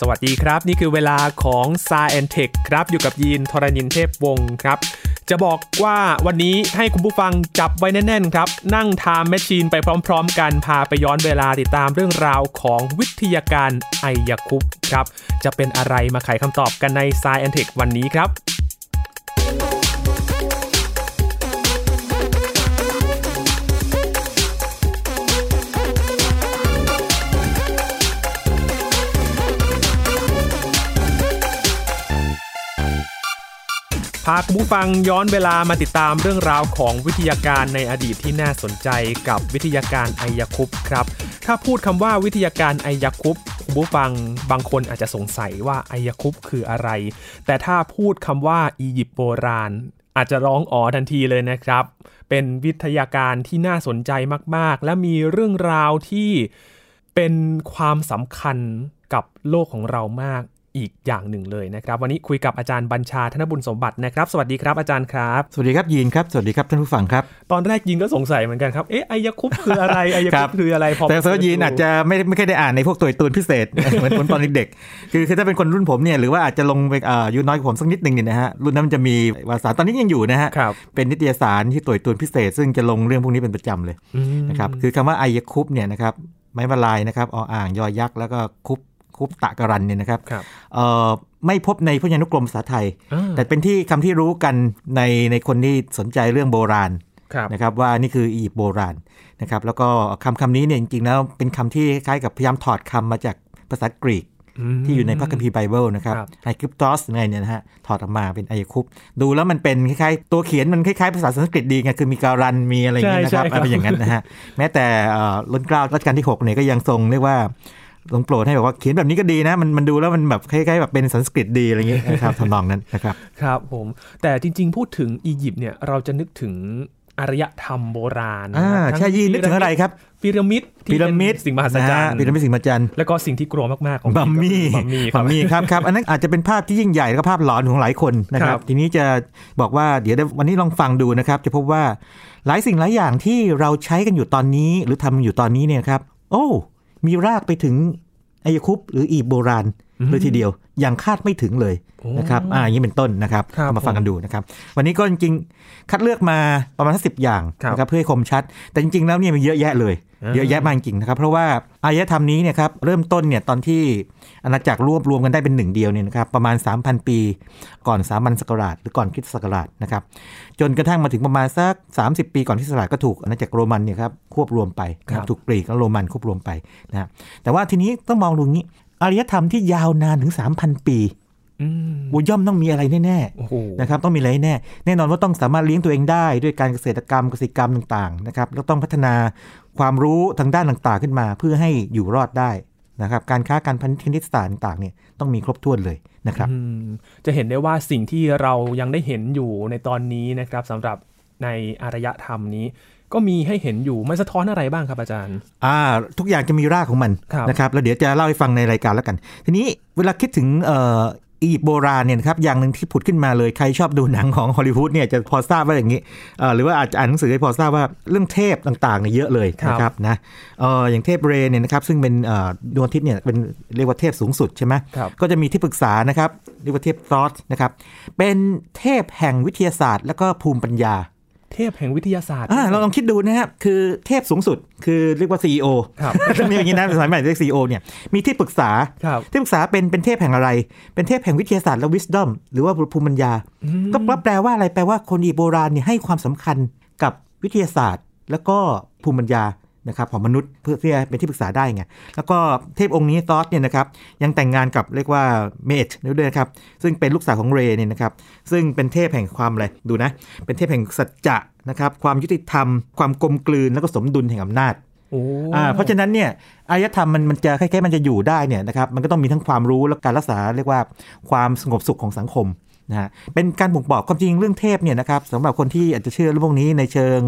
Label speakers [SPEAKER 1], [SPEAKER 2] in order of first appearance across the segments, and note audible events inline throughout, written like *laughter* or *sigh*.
[SPEAKER 1] สวัสดีครับ นี่คือเวลาของ s าแอนเทคครับ อยู่กับยีนทรณินเทพวงศ์ครับ จะบอกว่าวันนี้ให้คุณผู้ฟังจับไว้แน่นๆครับ นั่งไทม์แมชชีนไปพร้อมๆ กันพาไปย้อนเวลาติดตามเรื่องราวของวิทยาการไอยาคุปต์ครับ จะเป็นอะไรมาไขคำตอบกันใน s าแอนเทควันนี้ครับ พาคุณผู้ฟังย้อนเวลามาติดตามเรื่องราวของวิทยาการในอดีตที่น่าสนใจกับวิทยาการไอยาคุปต์ครับ ถ้าพูดคำว่าวิทยาการไอยาคุปต์คุณผู้ฟังบางคนอาจจะสงสัยว่าไอยาคุปต์คืออะไร แต่ถ้าพูดคำว่าอียิปต์โบราณ อาจจะร้องอ๋อทันทีเลยนะครับ เป็นวิทยาการที่น่าสนใจมากๆ และมีเรื่องราวที่เป็นความสำคัญกับโลกของเรามากอีกอย่างหนึ่งเลยนะครับ วันนี้คุยกับอาจารย์บัญชาธนบุญสมบัตินะครับ สวัสดีครับอาจารย์ครับ
[SPEAKER 2] สวัสดีครับยีนครับ สวัสดีครับท่านผู้ฟังครับ
[SPEAKER 1] ตอนแรกยินก็สงสัยเหมือนกันครับ เอ๊ะไอยาคุปต์คืออะไร ไอยา
[SPEAKER 2] ค
[SPEAKER 1] คุ
[SPEAKER 2] รั
[SPEAKER 1] ป
[SPEAKER 2] บ
[SPEAKER 1] ต์คืออะไรพอ
[SPEAKER 2] แต่เซอร์ยีนอาจจะไม่ไม่เคอยได้อ่านในพวกตัวการ์ตูนพิเศษ *laughs* เหมือนผมตอนเด็กๆคือคือถ้าเป็นคนรุ่นผมเนี่ยหรือว่าอาจจะลงไปเอ่ออายุน้อยกว่าผมสักนิดหนึ่งเนี่ยนะฮะรุ่นนั้นมันจะมีวารสารตอนนี้ยังอยู่นะฮะ
[SPEAKER 1] ครับ
[SPEAKER 2] เป็นนิตยสารที่ตัวการ์ตูนพิเศษ ซึ่งจะลงเรื่องพวกนี้เป็นประจำเลย
[SPEAKER 1] อืม
[SPEAKER 2] นะครับคือคำว่าไอยคุปเนี่ยนะครับไม้มาลายนะครับออ่างยอยักษ์แล้วก็คุปคุปตะกรันเนี่ยนะครับ
[SPEAKER 1] ครับ
[SPEAKER 2] เอ่อไม่พบในพจนานุกรมภาษาไทย
[SPEAKER 1] อ่า
[SPEAKER 2] แต่เป็นที่คำที่รู้กันในในคนที่สนใจเรื่องโบราณ
[SPEAKER 1] ครับ
[SPEAKER 2] นะครับว่านี่คืออียิปต์โบราณนะครับแล้วก็คำคำนี้เนี่ยจริงๆแล้วเป็นคำที่คล้ายกับพยายามถอดคำมาจากภาษากรีกที่อยู่ในพระคัมภีร์ไบเบิลนะครับ
[SPEAKER 1] ครับ
[SPEAKER 2] ไอคริปตอสไงเนี่ยนะฮะถอดออกมาเป็นไอคุปดูแล้วมันเป็นคล้ายๆ ตัวเขียนมันคล้ายๆภาษาสันสกฤตดีไงคือมีการันมีอะไรอย่างเงี้ยนะครับ
[SPEAKER 1] ใช่ใช่ครับ
[SPEAKER 2] อ่ะเป็นอย่างนั้นนะฮะแม้แต่เอ่อล้นเกล้ารัชกาลที่หกเนี่ยก็ยังทรงเรียกว่าลงโปรดให้แบบว่าเขียนแบบนี้ก็ดีนะมันมันดูแล้วมันแบบคล้ายๆแบบเป็นสันสกฤตดีอะไรอย่างเงี้ยนะครับทำนองนั้นนะครับ
[SPEAKER 1] ครับผม แต่จริง ๆ พูดถึงอียิปต์เนี่ยเราจะนึกถึงอารยธรรมโบราณนะ
[SPEAKER 2] อ่า
[SPEAKER 1] ฮะ
[SPEAKER 2] ใช่ยีนนึกถึงอะไรครับ
[SPEAKER 1] พีระมิดที่
[SPEAKER 2] พีระมิด
[SPEAKER 1] เป็นสิ่งมหัศจรร
[SPEAKER 2] นะ
[SPEAKER 1] ย์
[SPEAKER 2] ฮะพีระมิดสิ่งมหัศจรรย์
[SPEAKER 1] แล้วก็สิ่งที่กลัวมากๆของ
[SPEAKER 2] บัมมี่
[SPEAKER 1] บัมมี่ครับ
[SPEAKER 2] บัมมี่ครับครับ อันนั้นอาจจะเป็นภาพที่ยิ่งใหญ่และภาพหลอนของหลายคนนะค
[SPEAKER 1] ครั
[SPEAKER 2] รับ
[SPEAKER 1] บ
[SPEAKER 2] ทีนี้จะบอกว่าเดี๋ยวได้วันนี้ลองฟังดูนะครับ จะพบว่าหลายสิ่งหลายอย่างที่เราใช้กันอยู่ตอนนี้ หรือทำอยู่ตอนนี้เนี่ยครับ โอ้ มีรากไปถึงไอยคุปต์หรืออีบโบราณเลยทีเดียวอย่างคาดไม่ถึงเลยนะครับอ่าอย่างนี้เป็นต้นนะครับ
[SPEAKER 1] ครับ
[SPEAKER 2] เอามาฟังกันดูนะครับ วันนี้ก็จริงๆคัดเลือกมาประมาณสิบอย่าง
[SPEAKER 1] ครับ
[SPEAKER 2] นะครับเพื่อให้คมชัด แต่จริงๆแล้วเนี่ยมีเยอะแยะเลย
[SPEAKER 1] อ่า
[SPEAKER 2] เยอะแยะมากจริงๆนะครับ เพราะว่าอารยธรรมนี้เนี่ยครับเริ่มต้นเนี่ยตอนที่อาณาจักรรวบรวมกันได้เป็นหนึ่งเดียวเนี่ยนะครับประมาณ 3,000 ปี ก่อนสามัญศักราชหรือก่อนคริสตศักราชนะครับจนกระทั่งมาถึงประมาณสัก 30 ปีก่อนคริสตศักราชก็ถูกอาณาจักรโรมันเนี่ยครับควบรวมไปนะค
[SPEAKER 1] ค
[SPEAKER 2] รั
[SPEAKER 1] รั
[SPEAKER 2] บบ ถูกกรีกและโรมันควบรวมไปนะฮะแต่ว่าทีนี้ต้องมองดูงี้อารยธรรมที่ยาวนานถึง 3,000 ปี
[SPEAKER 1] อืม
[SPEAKER 2] โอ้ย่อมต้องมีอะไรแน่ๆ
[SPEAKER 1] โอ้โห
[SPEAKER 2] นะครับต้องมีอะไรให้แน่ แน่นอนว่าต้องสามารถเลี้ยงตัวเองได้ด้วยการเกษตรกรรมกสิกรรมต่างๆนะครับแล้วต้องพัฒนาความรู้ทางด้านต่างๆขึ้นมา เพื่อให้อยู่รอดได้นะครับการค้าการพันธุนิตศาสตร์ต่างๆเนี่ยต้องมีครบถ้วนเลยนะครับ
[SPEAKER 1] อืมจะเห็นได้ว่าสิ่งที่เรายังได้เห็นอยู่ในตอนนี้นะครับสำหรับในอารยธรรมนี้ ก็มีให้เห็นอยู่มันสะท้อนอะไรบ้างครับอาจารย์
[SPEAKER 2] อ่าทุกอย่างจะมีรากของมัน
[SPEAKER 1] ครับ
[SPEAKER 2] นะครับแล้วเดี๋ยวจะเล่าให้ฟังในรายการแล้วกัน ทีนี้เวลาคิดถึงเอ่ออียิปต์โบราณเนี่ยนะครับอย่างหนึ่งที่ผุดขึ้นมาเลยใครชอบดูหนังของฮอลลีวูดเนี่ยจะพอทราบว่าอย่างนี้เอ่อหรือว่าอาจจะอ่านหนังสือให้พอทราบว่าเรื่องเทพต่างๆเนี่ยเยอะเลย
[SPEAKER 1] ครับ
[SPEAKER 2] นะครับนะเอ่ออย่างเทพเรเนี่ยนะครับซึ่งเป็นเอ่อดวงอาทิตย์เนี่ยเป็นเรียกว่าเทพสูงสุดใช่ไหม
[SPEAKER 1] ครับ
[SPEAKER 2] ก็จะมีที่ปรึกษานะครับเรียกว่าเทพซอสนะครับเป็นเทพแห่งวิทยาศาสตร์ และก็ภูมิปัญญา
[SPEAKER 1] เทพแห่งวิทยาศาสตร์
[SPEAKER 2] อ่าเราลองคิดดูนะครับคือเทพสูงสุดคือเรียกว่า CEO
[SPEAKER 1] ครับ
[SPEAKER 2] ต้องเรียกอย่างนี้นะสมัยใหม่เรียก CEO เนี่ยมีที่ปรึกษา
[SPEAKER 1] ครับ
[SPEAKER 2] ที่ปรึกษาเป็นเป็นเทพแห่งอะไร เป็นเทพแห่งวิทยาศาสตร์และวิส d o m หรือว่าภูมิปัญญา ก็แปลว่าอะไรแปลว่าคนอียิปต์โบราณเนี่ยให้ความสำคัญกับวิทยาศาสตร์ แล้วก็ภูมิปัญญานะครับของมนุษย์เพื่อที่จะเป็นที่ปรึกษาได้ไงแล้วก็เทพองค์นี้ซอสเนี่ยนะครับยังแต่งงานกับเรียกว่าเมจด้วยนะครับซึ่งเป็นลูกสาวของเรเนี่ยนะครับซึ่งเป็นเทพแห่งความอะไรดูนะ เป็นเทพแห่งสัจจะนะครับความยุติธรรม ความกลมกลืนแล้วก็สมดุลแห่งอำนาจ
[SPEAKER 1] โอ้
[SPEAKER 2] อ่าเพราะฉะนั้นเนี่ยอารยธรรมมันมันจะคล้ายๆมันจะอยู่ได้เนี่ยนะครับมันก็ต้องมีทั้งความรู้และการรักษาเรียกว่าความสงบสุขของสังคมนะฮะเป็นการบ่งบอกความจริงเรื่องเทพเนี่ยนะครับสำหรับคนที่อาจจะเชื่อเรื่องพวกนี้ในเชิง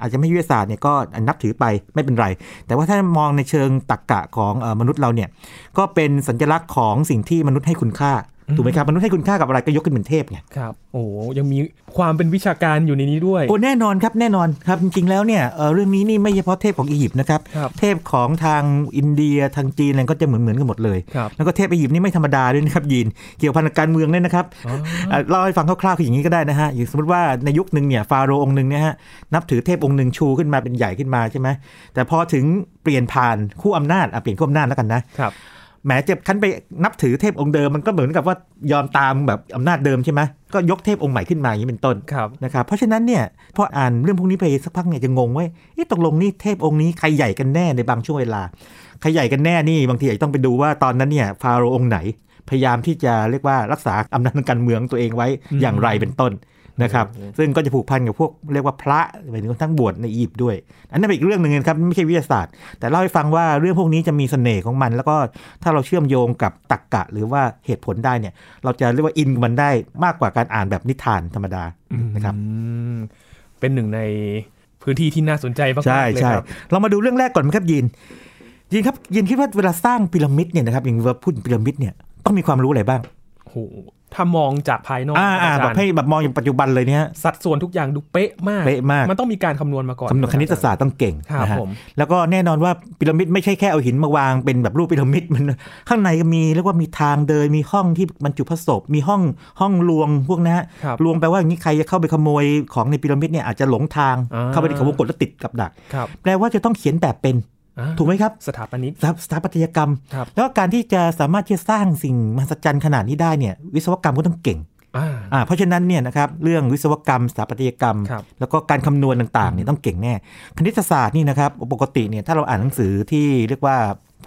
[SPEAKER 2] อาจจะไม่วิทยาศาสตร์เนี่ยก็นับถือไปไม่เป็นไร แต่ว่าถ้ามองในเชิงตรรกะของเอ่อมนุษย์เราเนี่ยก็เป็นสัญลักษณ์ของสิ่งที่มนุษย์ให้คุณค่า ถูกไหมครับมนุษย์ให้คุณค่ากับอะไรก็ยกขึ้นเป็นเทพไง
[SPEAKER 1] ครับ โอ้ยังมีความเป็นวิชาการอยู่ในนี้ด้วย
[SPEAKER 2] โอ้แน่นอนครับแน่นอนครับจริงๆแล้วเนี่ยเอ่อเรื่องนี้นี่ไม่เฉพาะเทพของอียิปต์นะครับ
[SPEAKER 1] ครับ
[SPEAKER 2] เทพของทางอินเดียทางจีนอะไรก็จะเหมือนเหมือนๆกันหมดเลย
[SPEAKER 1] ครับ
[SPEAKER 2] แล้วก็เทพอียิปต์นี่ไม่ธรรมดาด้วยนะครับยีนเกี่ยวพันกับการเมืองเนี่ยนะครับ
[SPEAKER 1] อ๋อ
[SPEAKER 2] ะเล่าให้ฟังคร่าวๆคืออย่างนี้ก็ได้นะฮะอย่างสมมติว่าในยุคหนึ่งเนี่ยฟาโรห์องค์หนึ่งเนี่ยฮะนับถือเทพองค์หนึ่งชูขึ้นมาเป็นใหญ่ขึ้นมาใช่ไหมแต่พอถึงเปลี่ยนผ่านคู่อำนาจอ่ะเปลี่ยนคู่อำนาจแล้วกันนะ
[SPEAKER 1] ครับ
[SPEAKER 2] แหมเจ็บคันไปนับถือเทพองค์เดิมมันก็เหมือนกับว่ายอมตามแบบอำนาจเดิมใช่ไหมก็ยกเทพองค์ใหม่ขึ้นมาอย่างนี้เป็นต้น
[SPEAKER 1] ครับ
[SPEAKER 2] นะครับเพราะฉะนั้นเนี่ยพออ่านเรื่องพวกนี้ไปสักพักเนี่ยจะงงว่าเอ๊ะตกลงนี่เทพองค์นี้ใครใหญ่กันแน่ในบางช่วงเวลาใครใหญ่กันแน่นี่บางทีอาจจะต้องไปดูว่าตอนนั้นเนี่ยฟาโรห์องค์ไหน พยายามที่จะเรียกว่ารักษาอำนาจทางการเมืองตัวเองไว้อย่างไรเป็นต้นนะครับซึ่งก็จะผูกพันกับพวกเรียกว่าพระหมายถึงทั้งบวชในอียิปต์ด้วย อันนั้นเป็นอีกเรื่องหนึ่งนะครับไม่ใช่วิทยาศาสตร์ แต่เล่าให้ฟังว่าเรื่องพวกนี้จะมีเสน่ห์ของมัน แล้วก็ถ้าเราเชื่อมโยงกับตรรกกะ หรือว่าเหตุผลได้เนี่ย เราจะเรียกว่าอินกับมันได้มากกว่าการอ่านแบบนิทานธรรมดานะครับ
[SPEAKER 1] อืมเป็นหนึ่งในพื้นที่ที่น่าสนใจมากๆ
[SPEAKER 2] ใช่
[SPEAKER 1] เลย
[SPEAKER 2] ใช่
[SPEAKER 1] ครับ
[SPEAKER 2] เรามาดูเรื่องแรกก่อนไหมครับยินยินครับยินคิดว่าเวลาสร้างพีระมิดเนี่ยนะครับอย่างว่าพูดถึงพีระมิดเนี่ยต้องมีความรู้อะไรบ้าง
[SPEAKER 1] โอ้โหถ้ามองจากภายนอก
[SPEAKER 2] อ่าอ่า
[SPEAKER 1] จรย์
[SPEAKER 2] แบบให้แบบมองอย่างปัจจุบันเลยเนี่ย
[SPEAKER 1] สัดส่วนทุกอย่างดูเป๊ะมาก
[SPEAKER 2] เป๊ะมาก
[SPEAKER 1] มันต้องมีการคำนวณมาก่อน
[SPEAKER 2] คำนวณคณิต
[SPEAKER 1] รับ
[SPEAKER 2] ศาสตร์ต้องเก่ง
[SPEAKER 1] ครับ
[SPEAKER 2] นะฮะ
[SPEAKER 1] ผม
[SPEAKER 2] แล้วก็แน่นอนว่าพีระมิดไม่ใช่แค่เอาหินมาวางเป็นแบบรูปพีระมิดมัน *laughs* ข้างในก็มีเรียกว่ามีทางเดินมีห้องที่บรรจุพระศพมีห้องห้องลวงพวกนะฮะ
[SPEAKER 1] ครับ
[SPEAKER 2] ลวงแปลว่าอย่างนี้ใครจะเข้าไปขโมยของในพีระมิดเนี่ยอาจจะหลงทาง
[SPEAKER 1] อ่า
[SPEAKER 2] เข้าไปในเขาวงกตแล้วติดกับดัก
[SPEAKER 1] ครับ
[SPEAKER 2] แปลว่าจะต้องเขียนแบบเป็น
[SPEAKER 1] อ่า
[SPEAKER 2] ถูกไหมครับ
[SPEAKER 1] สถาปนิก
[SPEAKER 2] สถาสถาปัตยกรรม
[SPEAKER 1] ครับ
[SPEAKER 2] แล้วก็การที่จะสามารถที่จะสร้างสิ่งมหัศจรรย์ขนาดนี้ได้เนี่ยวิศวกรรมก็ต้องเก่ง
[SPEAKER 1] อ่า
[SPEAKER 2] อ่าเพราะฉะนั้นเนี่ยนะครับเรื่องวิศวกรรมสถาปัตยกรรม
[SPEAKER 1] ครับ
[SPEAKER 2] แล้วก็การคำนวณต่างๆเนี่ยต้องเก่งแน่ คณิตศาสตร์นี่นะครับปกติเนี่ยถ้าเราอ่านหนังสือที่เรียกว่า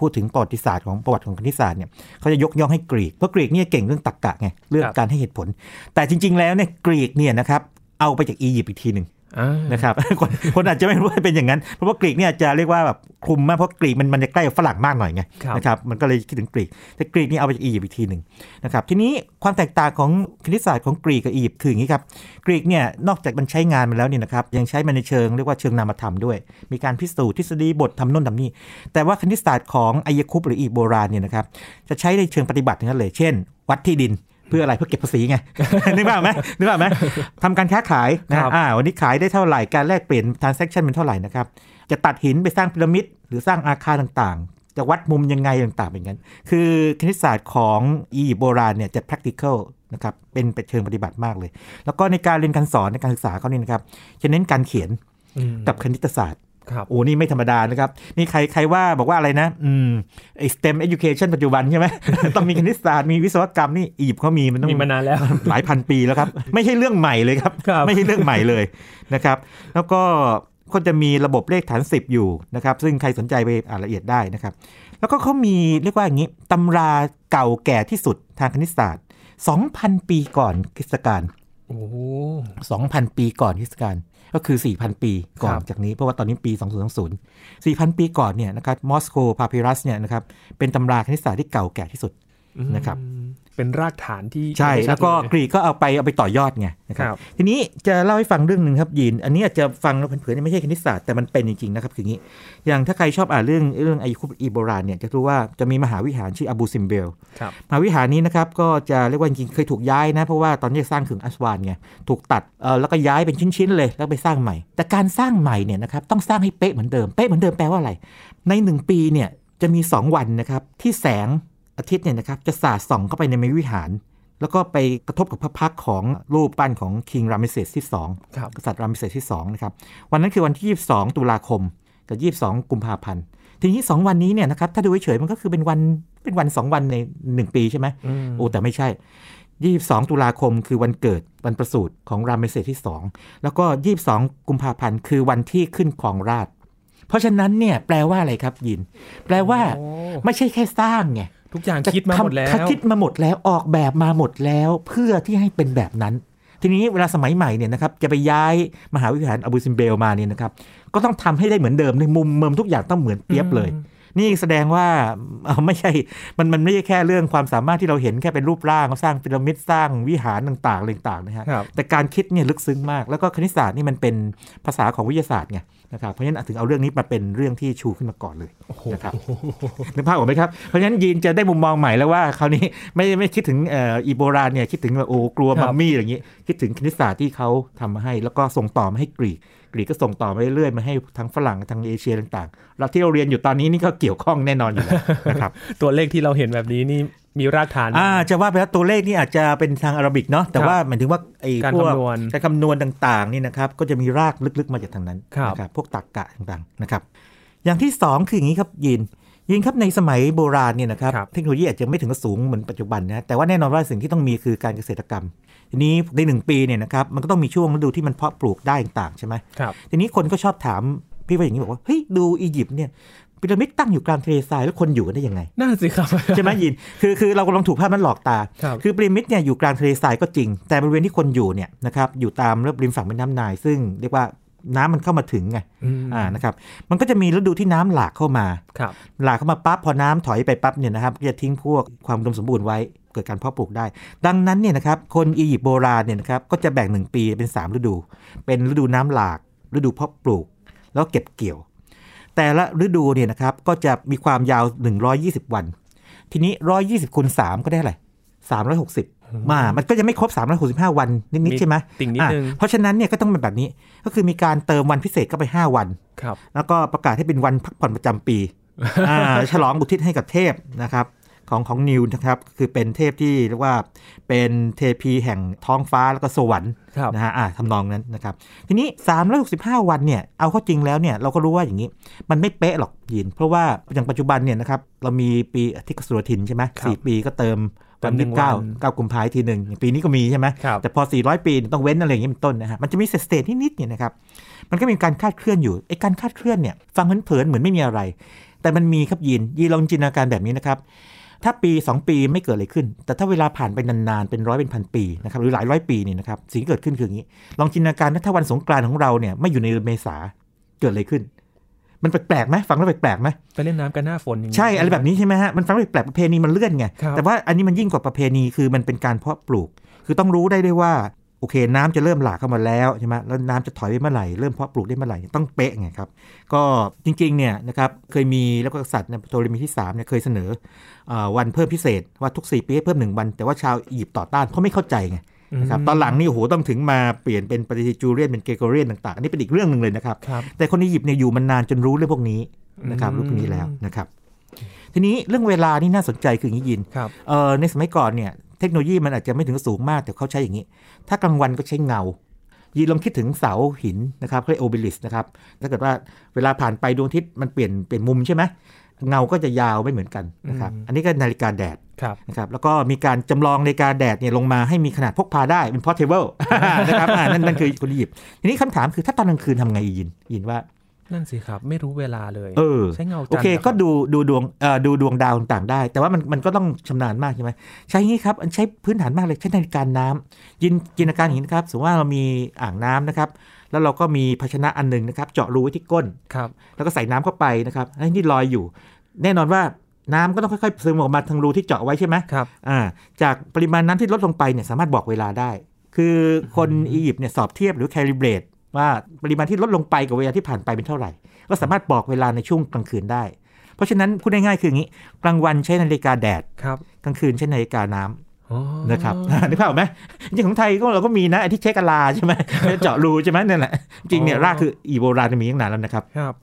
[SPEAKER 2] พูดถึงประวัติศาสตร์ของประวัติของคณิตศาสตร์เนี่ยเขาจะยกย่องให้กรีกเพราะกรีกเนี่ยเก่งเรื่องตรรกะไงเรื่อง
[SPEAKER 1] ครับ
[SPEAKER 2] การให้เหตุผล แต่จริง ๆ แล้วเนี่ยกรีกเนี่ยนะครับเอาไปจากอียิปต์อีกทีหนึ่ง
[SPEAKER 1] อ่า
[SPEAKER 2] นะครับ *laughs* คนคนอาจจะไม่รู้ว่าเป็นอย่างนั้น เพราะว่ากรีกเนี่ยจะเรียกว่าแบบคลุมมากเพราะกรีกมันมันจะใกล้กับฝรั่งมากหน่อยไง
[SPEAKER 1] ครับ
[SPEAKER 2] นะครับมันก็เลยคิดถึงกรีกแต่กรีกนี่เอาไปจากอียิปต์อีกทีหนึ่งนะครับทีนี้ความแตกต่างของคณิตศาสตร์ของกรีกกับอียิปต์คืออย่างนี้ครับกรีกเนี่ยนอกจากมันใช้งานมาแล้วเนี่ยนะครับยังใช้มันในเชิงเรียกว่าเชิงนามธรรมด้วย มีการพิสูจน์ทฤษฎีบททำโน่นทำนี่แต่ว่าคณิตศาสตร์ของอียคุปต์หรืออียิปต์โบราณเนี่ยนะครับจะใช้ในเชิงปฏิบัติทั้งนั้นเลยเช่น วัดที่ดิน เพื่ออะไรเพื่อเก็บภาษีไง *laughs* นึกภาพไหมนึกภาพไหมทำการค้าขายนะครับ อ่าวันนี้ขายได้เท่าไหร่การแลกเปลี่ยน transaction เป็นเท่าไหร่นะครับ จะตัดหินไปสร้างพีระมิดหรือสร้างอาคารต่างๆ จะวัดมุมยังไงต่างๆเป็นงั้น คือคณิตศาสตร์ของอียิปต์โบราณเนี่ยจะ practical นะครับเป็นไปเชิงปฏิบัติมากเลย แล้วก็ในการเรียนการสอนในการศึกษาเขานี่นะครับจะเน้นการเขียน
[SPEAKER 1] อืม
[SPEAKER 2] กับคณิตศาสตร์
[SPEAKER 1] ครับ
[SPEAKER 2] โอ้ นี่ไม่ธรรมดานะครับ นี่ใครใครว่าบอกว่าอะไรนะ อืมไอ้ STEM education ปัจจุบันใช่ไหม *laughs* ต้องมีคณิตศาสตร์ มีวิศวกรรมนี่อียิปต์เขามีมันต้อง
[SPEAKER 1] มีมานานแล้ว
[SPEAKER 2] หลายพันปีแล้วครับ ไม่ใช่เรื่องใหม่เลยครับ
[SPEAKER 1] ครับ
[SPEAKER 2] ไม่ใช่เรื่องใหม่เลยนะครับ แล้วก็ก็จะมีระบบเลขฐาน 10 อยู่นะครับ ซึ่งใครสนใจไปอ่านละเอียดได้นะครับ แล้วก็เขามีเรียกว่าอย่างนี้ตำราเก่าแก่ที่สุดทางคณิตศาสตร์ 2,000 ปีก่อนคริสตกาล
[SPEAKER 1] โอ้โห
[SPEAKER 2] 2,000 ปีก่อนคริสตกาลก็คือ 4,000 ปีก่อน
[SPEAKER 1] ครับ
[SPEAKER 2] จากนี้เพราะว่าตอนนี้ปี 2020 4,000 ปีก่อนเนี่ยนะครับมอสโกพาพิรัสเนี่ยนะครับเป็นตำราคณิตศาสตร์ที่เก่าแก่ที่สุด นะครับ
[SPEAKER 1] อืมเป็นรากฐานที่
[SPEAKER 2] ใช่
[SPEAKER 1] ที่ชั
[SPEAKER 2] แล้
[SPEAKER 1] ด
[SPEAKER 2] วก็
[SPEAKER 1] เย
[SPEAKER 2] กรีกก็เอาไปเอาไปต่อยอดไงนะค
[SPEAKER 1] ครั
[SPEAKER 2] รับบ ทีนี้จะเล่าให้ฟังเรื่องหนึ่งครับยีน อันนี้อาจจะฟังแล้วเผื่อๆไม่ใช่คณิตศาสตร์แต่มันเป็นจริงๆนะครับคืออย่างนี้ อย่างถ้าใครชอบอ่านเรื่องเรื่องอายุคุปต์อีโบราณเนี่ยจะรู้ว่าจะมีมหาวิหารชื่ออบูซิมเบล
[SPEAKER 1] ครับ
[SPEAKER 2] มหาวิหารนี้นะครับก็จะเรียกว่าจริงๆเคยถูกย้ายนะ เพราะว่าตอนที่สร้างถึงอัสวานไงถูกตัดเอ่อแล้วก็ย้ายเป็นชิ้น ๆ เลยแล้วไปสร้างใหม่ แต่การสร้างใหม่เนี่ยนะครับต้องสร้างให้เป๊ะเหมือนเดิมเป๊ะเหมือนเดิมแปลว่าอะไร ใน 1 ปีเนี่ยจะมี 2 วันนะครับที่แสงอาทิตย์เนี่ยนะครับจะสาดส่องเข้าไปในมหาวิหาร แล้วก็ไปกระทบกับพระพักตร์ของรูปปั้นของคิงรามเสสที่สอง
[SPEAKER 1] ครับ
[SPEAKER 2] กษัตริย์รามเสสที่สองนะครับวันนั้นคือวันที่ 22 ตุลาคมกับ 22 กุมภาพันธ์ทีนี้สองวันนี้เนี่ยนะครับถ้าดูเฉยๆมันก็คือเป็นวันเป็นวันสองวันในหนึ่งปีใช่ไหม
[SPEAKER 1] อืม
[SPEAKER 2] โอ้แต่ไม่ใช่ 22 ตุลาคมคือวันเกิดวันประสูติของรามเสนที่ 2 แล้วก็ 22 กุมภาพันธ์คือวันที่ขึ้นครองราชย์เพราะฉะนั้นเนี่ยแปลว่าอะไรครับยิน แปลว่า
[SPEAKER 1] โอ้
[SPEAKER 2] ไม่ใช่แค่สร้างไง
[SPEAKER 1] ทุกอย่างคิดมาหมดแล้ว
[SPEAKER 2] จะทำคิดมาหมดแล้วออกแบบมาหมดแล้วเพื่อที่ให้เป็นแบบนั้น ทีนี้เวลาสมัยใหม่เนี่ยนะครับจะไปย้ายมหาวิหารอบูซิมเบลมาเนี่ยนะครับก็ต้องทำให้ได้เหมือนเดิมในมุมเมิมทุกอย่างต้องเหมือนเปียบเลย นี่แสดงว่า *laughs* เอ่อไม่ใช่ มันมันไม่ใช่แค่เรื่องความสามารถที่เราเห็นแค่เป็นรูปร่างสร้างพีระมิดสร้างวิหารต่างๆอะไรต่างๆนะฮะ
[SPEAKER 1] ครับ
[SPEAKER 2] แต่การคิดเนี่ยลึกซึ้งมาก แล้วก็คณิตศาสตร์นี่มันเป็นภาษาของวิทยาศาสตร์ไง นะครับเพราะฉะนั้นถึงเอาเรื่องนี้มาเป็นเรื่องที่ชูขึ้นมาก่อนเลย
[SPEAKER 1] โอ้โห
[SPEAKER 2] นะครับนึกภาพออกไหมครับเพราะฉะนั้นยีนจะได้มุมมองใหม่แล้วว่าคราวนี้ไม่ไม่คิดถึงเอ่ออีโบราณเนี่ยคิดถึงแบบโอ้กลัว
[SPEAKER 1] ครั
[SPEAKER 2] มั
[SPEAKER 1] บ
[SPEAKER 2] มมี่อะไรอย่างนี้ คิดถึงคณิตศาสตร์ที่เขาทำมาให้แล้วก็ส่งต่อมาให้กรีก กรีกก็ส่งต่อมาเรื่อยๆมาให้ทั้งฝรั่งทั้งเอเชียต่างๆแล้วที่เราเรียนอยู่ตอนนี้นี่ก็เกี่ยวข้องแน่นอนอยู่แล้วนะครับ
[SPEAKER 1] ตัวเลขที่เราเห็นแบบนี้นี่มีรากฐาน
[SPEAKER 2] อ่าจะว่าไปแล้วตัวเลขนี่อาจจะเป็นทางอาหรับิกเนาะแต่
[SPEAKER 1] ครับ
[SPEAKER 2] ว่าหมายถึงว่าไอ้
[SPEAKER 1] การ
[SPEAKER 2] พวก
[SPEAKER 1] คำนวณ
[SPEAKER 2] การคำนวณต่างๆนี่นะครับก็จะมีรากลึกๆมาจากทางนั้น
[SPEAKER 1] ครับ
[SPEAKER 2] นะครับพวกตรรกะต่างๆนะครับอย่างที่สองคืออย่างนี้ครับยินยินครับในสมัยโบราณเนี่ยนะครับเทคโนโลยีอาจจะไม่ถึงกับสูงเหมือนปัจจุบันนะแต่ว่าแน่นอนว่าสิ่งที่ต้องมีคือการเกษตรกรรม ทีนี้ในหนึ่งปีเนี่ยนะครับมันก็ต้องมีช่วงฤดูที่มันเพาะปลูกได้ต่างๆใช่ไหม
[SPEAKER 1] ครับ
[SPEAKER 2] ทีนี้คนก็ชอบถามพี่ว่าอย่างนี้บอกว่าเฮ้ยดูอียิปต์เนี่ยพีระมิดตั้งอยู่กลางทะเลทรายแล้วคนอยู่กันได้ยังไง
[SPEAKER 1] น่าสิครับ
[SPEAKER 2] ใช่ไหมยินคือคือเรากำลังถูกภาพนั้นหลอกตา
[SPEAKER 1] ครับ
[SPEAKER 2] คือพีระมิดเนี่ยอยู่กลางทะเลทรายก็จริง แต่บริเวณที่คนอยู่เนี่ยนะครับอยู่ตามริมฝั่งแม่น้ำไนายซึ่งเรียกว่าน้ำมันเข้ามาถึงไง
[SPEAKER 1] อืม
[SPEAKER 2] อ่านะครับมันก็จะมีฤดูที่น้ำหลากเข้ามา
[SPEAKER 1] ครับ
[SPEAKER 2] หลากเข้ามาปั๊บพอน้ำถอยไปปั๊บเนี่ยนะครับก็จะทิ้งพวกความอุดมสมบูรณ์ไว้เกิดการเพาะปลูกได้ ดังนั้นเนี่ยนะครับคนอียิปต์โบราณเนี่ยนะครับก็จะแบ่ง 1 ปีเป็น 3 ฤดู เป็นฤดูน้ำหลาก ฤดูเพาะปลูก แล้วเก็บเกี่ยว แต่ละฤดูเนี่ยนะครับก็จะมีความยาว 120 วัน ทีนี้ 120คูณ3ก็ได้อะไหร360มามันก็จะไม่ครบ 365 วันนิดๆใช่ไหม
[SPEAKER 1] ติ่งนิด
[SPEAKER 2] อ่ะ
[SPEAKER 1] นึง
[SPEAKER 2] เพราะฉะนั้นเนี่ยก็ต้องเป็นแบบนี้ก็คือมีการเติมวันพิเศษเข้าไป 5 วัน
[SPEAKER 1] ครับ
[SPEAKER 2] แล้วก็ประกาศให้เป็นวันพักผ่อนประจำปี อ่าฉลองบุทิศให้กับเทพนะครับของของนิวนะครับคือเป็นเทพที่เรียกว่าเป็นเทพีแห่งท้องฟ้าแล้วก็สวรรค์
[SPEAKER 1] ครับ
[SPEAKER 2] นะฮะอ่าทำนองนั้นนะครับทีนี้ 365 วันเนี่ยเอาเข้าจริงแล้วเนี่ยเราก็รู้ว่าอย่างนี้ มันไม่เป๊ะหรอกยิน เพราะว่าอย่างปัจจุบันเนี่ยนะครับเรามีปีที่กสุรทินใช่ไหม
[SPEAKER 1] ครับ
[SPEAKER 2] สี่ปีก็เติมวัน
[SPEAKER 1] เติมหนึ่
[SPEAKER 2] ที่
[SPEAKER 1] ง
[SPEAKER 2] เก้า
[SPEAKER 1] วัน
[SPEAKER 2] เก้ากุมภาพันธ์ทีหนึ่งอย่างปีนี้ก็มีใช่ไหม
[SPEAKER 1] ครับ
[SPEAKER 2] แต่พอ 400 ปีเนี่ยต้องเว้นอะไรอย่างนี้เป็นต้นนะฮะมันจะมีเศษเศษๆนิดๆเนี่ยนะครับมันก็มีการคลาดเคลื่อนอยู่ไอ้การคลาดเคลื่อนเนี่ยฟังเผินๆเหมือนไม่มีอะไร แต่มันมีครับยีนยีนลองจินตนาการแบบนี้นะครับ ถ้าปี 2 ปีไม่เกิดอะไรขึ้น แต่ถ้าเวลาผ่านไปนานๆ เป็นร้อยเป็นพันปีนะครับหรือหลายร้อยปีเนี่ยนะครับสิ่งที่เกิดขึ้นคืออย่างนี้ ลองจินตนาการว่าถ้าวันสงกรานต์ของเราเนี่ยไม่อยู่ในเดือนเมษาเกิดอะไรขึ้น มันแปลกๆไหมฟังแล้วแปลกๆไหม
[SPEAKER 1] ไปเล่นน้ำกันหน้าฝนอย่างนี้
[SPEAKER 2] ใช่อะไรแบบนี้ใช่ไหมฮะมันฟังแล้วแปลกประเพณีมันเลื่อนไง
[SPEAKER 1] ครับ
[SPEAKER 2] แต่ว่าอันนี้มันยิ่งกว่าประเพณีคือมันเป็นการเพาะปลูก คือต้องรู้ได้ด้วยว่าโอเค น้ำจะเริ่มหลากเข้ามาแล้วใช่ไหมแล้วน้ำจะถอยไปเมื่อไหร่เริ่มเพาะปลูกได้เมื่อไหร่ต้องเป๊ะไงครับ ก็จริงๆเนี่ยนะครับเคยมีแล้วก็กษัตริย์เนี่ยโพเลมีที่3เนี่ยเคยเสนอเอ่อวันเพิ่มพิเศษว่าทุก 4 ปีให้เพิ่ม 1 วัน แต่ว่าชาวอียิปต์ต่อต้านเขาไม่เข้าใจไงนะครับ
[SPEAKER 1] อืม
[SPEAKER 2] ตอนหลังนี่โอ้โหต้องถึงมาเปลี่ยนเป็นปฏิทินจูเลียนเป็นเกรโกเรียนต่างๆ อันนี้เป็นอีกเรื่องหนึ่งเลยนะครับ
[SPEAKER 1] ครับ
[SPEAKER 2] แต่คนอียิปต์เนี่ยอยู่มานานจนรู้เรื่องพวกนี้นะครับ
[SPEAKER 1] อืม
[SPEAKER 2] รู้พวกนี้แล้วนะครับทีนี้เรื่องเวลานี่น่าสนใจคืออย่างนี้ยิน
[SPEAKER 1] ครับ
[SPEAKER 2] เอ่อในสมัยก่อนเนี่ยเทคโนโลยีมันอาจจะไม่ถึงกับสูงมากแต่เขาใช้อย่างนี้ ถ้ากลางวันก็ใช้เงา ยีนลองคิดถึงเสาหินนะครับเรียกโอเบลิสนะครับถ้าเกิดว่าเวลาผ่านไปดวงอาทิตย์มันเปลี่ยนเปลี่ยนมุมใช่ไหมเงาก็จะยาวไม่เหมือนกันนะครับ
[SPEAKER 1] อืม
[SPEAKER 2] อันนี้ก็นาฬิกาแดด
[SPEAKER 1] ครับ
[SPEAKER 2] นะครับแล้วก็มีการจำลองในการแดดเนี่ยลงมาให้มีขนาดพกพาได้เป็น portable นะครับอ่านั่นนั่นคือคนอียิปต์ทีนี้คำถามคือถ้าตอนกลางคืนทำไงอียินยินว่า
[SPEAKER 1] นั่นสิครับ ไม่รู้เวลาเลย
[SPEAKER 2] เออ
[SPEAKER 1] ใช้เงาจันทร์
[SPEAKER 2] โอเค
[SPEAKER 1] หรรับ
[SPEAKER 2] ก็ดูดูดวงเอ่อดูดวงดาวต่างๆได้ แต่ว่ามันมันก็ต้องชำนาญมากใช่ไหมใช้อย่างนี้ครับอันใช้พื้นฐานมากเลยใช้นาฬิกาน้ำยินจินตนาการอย่างนี้นะครับสมมติว่าเรามีอ่างน้ำนะครับ แล้วเราก็มีภาชนะอันหนึ่งนะครับ เจาะรูไว้ที่ก้น
[SPEAKER 1] ครับ
[SPEAKER 2] แล้วก็ใส่น้ำเข้าไปนะครับให้นี่ลอยอยู่ แน่นอนว่าน้ำก็ต้องค่อยๆซึมออกมาทางรูที่เจาะไว้ใช่ไหม
[SPEAKER 1] ครับ
[SPEAKER 2] อ่าจากปริมาณน้ำที่ลดลงไปเนี่ยสามารถบอกเวลาได้ คือคนอียิปต์เนี่ยสอบเทียบหรือ calibrate ว่าปริมาณที่ลดลงไปกับเวลาที่ผ่านไปเป็นเท่าไหร่ ก็สามารถบอกเวลาในช่วงกลางคืนได้ เพราะฉะนั้นพูดง่ายๆคืออย่างนี้ กลางวันใช้นาฬิกาแดด
[SPEAKER 1] ครับ
[SPEAKER 2] กลางคืนใช้นาฬิกาน้ำ
[SPEAKER 1] อ๋อ
[SPEAKER 2] นะครับ *laughs* นึกภาพออกไหมจริงๆของไทยก็เราก็มีนะไอ้ที่เช็คกะลาใช่ไหม เจาะรูใช่ไหมนั่นแหละจริงๆเนี่ยรากคืออีโบราณมีตั้งนานแล้วนะครับ
[SPEAKER 1] ครับ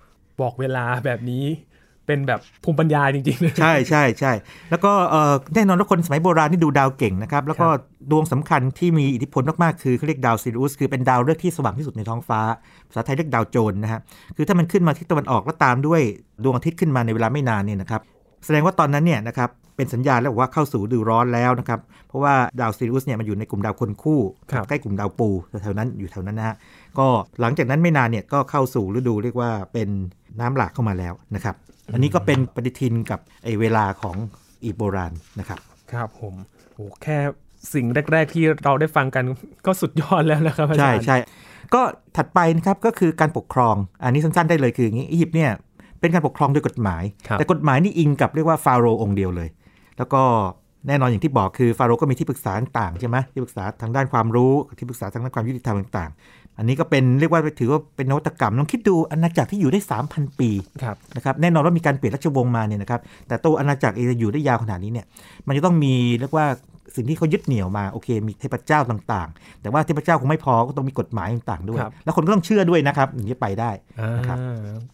[SPEAKER 1] บอกเวลาแบบนี้ เป็นแบบภูมิปัญญาจริงๆเลย
[SPEAKER 2] ใช่ใช่ใช่แล้วก็เอ่อแน่นอนว่าคนสมัยโบราณนี่ดูดาวเก่งนะครับ แล้วก็ดวงสำคัญที่มีอิทธิพลมาก ๆ คือเขาเรียกดาวซิริอุสคือเป็นดาวฤกษ์ที่สว่างที่สุดในท้องฟ้า ภาษาไทยเรียกดาวโจรนะฮะ คือถ้ามันขึ้นมาทิศตะวันออกแล้วตามด้วยดวงอาทิตย์ขึ้นมาในเวลาไม่นานเนี่ยนะครับ แสดงว่าตอนนั้นเนี่ยนะครับเป็นสัญญาณแล้วว่าเข้าสู่ฤดูร้อนแล้วนะครับ เพราะว่าดาวซิริอุสเนี่ยมันอยู่ในกลุ่มดาวคนคู่
[SPEAKER 1] ครับ
[SPEAKER 2] ใกล้กลุ่มดาวปูแถวๆนั้นอยู่แถวนั้นนะฮะก็หลังจากนั้นไม่นานเนี่ยก็เข้าสู่ฤดูเรียกว่าเป็นน้ำหลากเข้ามาแล้วนะครับ อันนี้ก็เป็นปฏิทินกับไอเวลาของอีโบราณนะครับ
[SPEAKER 1] ครับผมโอ้แค่สิ่งแรก ๆ ที่เราได้ฟังกันก็สุดยอดแล้วนะครับอา
[SPEAKER 2] ใช่
[SPEAKER 1] จารย์
[SPEAKER 2] ใช่ก็ถัดไปนะครับก็คือการปกครอง อันนี้สั้นๆได้เลยคืออย่างนี้อียิปต์เนี่ยเป็นการปกครองโดยกฎหมาย
[SPEAKER 1] ครับ
[SPEAKER 2] แต่กฎหมายนี่อิงกับเรียกว่าฟาโรห์องค์เดียวเลย แล้วก็แน่นอนอย่างที่บอกคือฟาโรห์ก็มีที่ปรึกษาต่างๆใช่ไหมที่ปรึกษาทางด้านความรู้ที่ปรึกษาทางด้านความยุติธรรมต่างๆ อันนี้ก็เป็นเรียกว่าถือว่าเป็นนวัตกรรมลองคิดดูอาณาจักรที่อยู่ได้ 3,000 ปี
[SPEAKER 1] ครับ
[SPEAKER 2] นะครับแน่นอนว่ามีการเปลี่ยนราชวงศ์มาเนี่ยนะครับแต่ตัวอาณาจักรเองจะอยู่ได้ยาวขนาดนี้เนี่ยมันจะต้องมีเรียกว่าสิ่งที่เขายึดเหนี่ยวมาโอเค มีเทพเจ้าต่างๆ แต่ว่าเทพเจ้าคงไม่พอก็ต้องมีกฎหมายต่างๆด้วย
[SPEAKER 1] ครับ
[SPEAKER 2] แล้วคนก็ต้องเชื่อด้วยนะครับถึงจะไปได้
[SPEAKER 1] อ่า
[SPEAKER 2] ครับ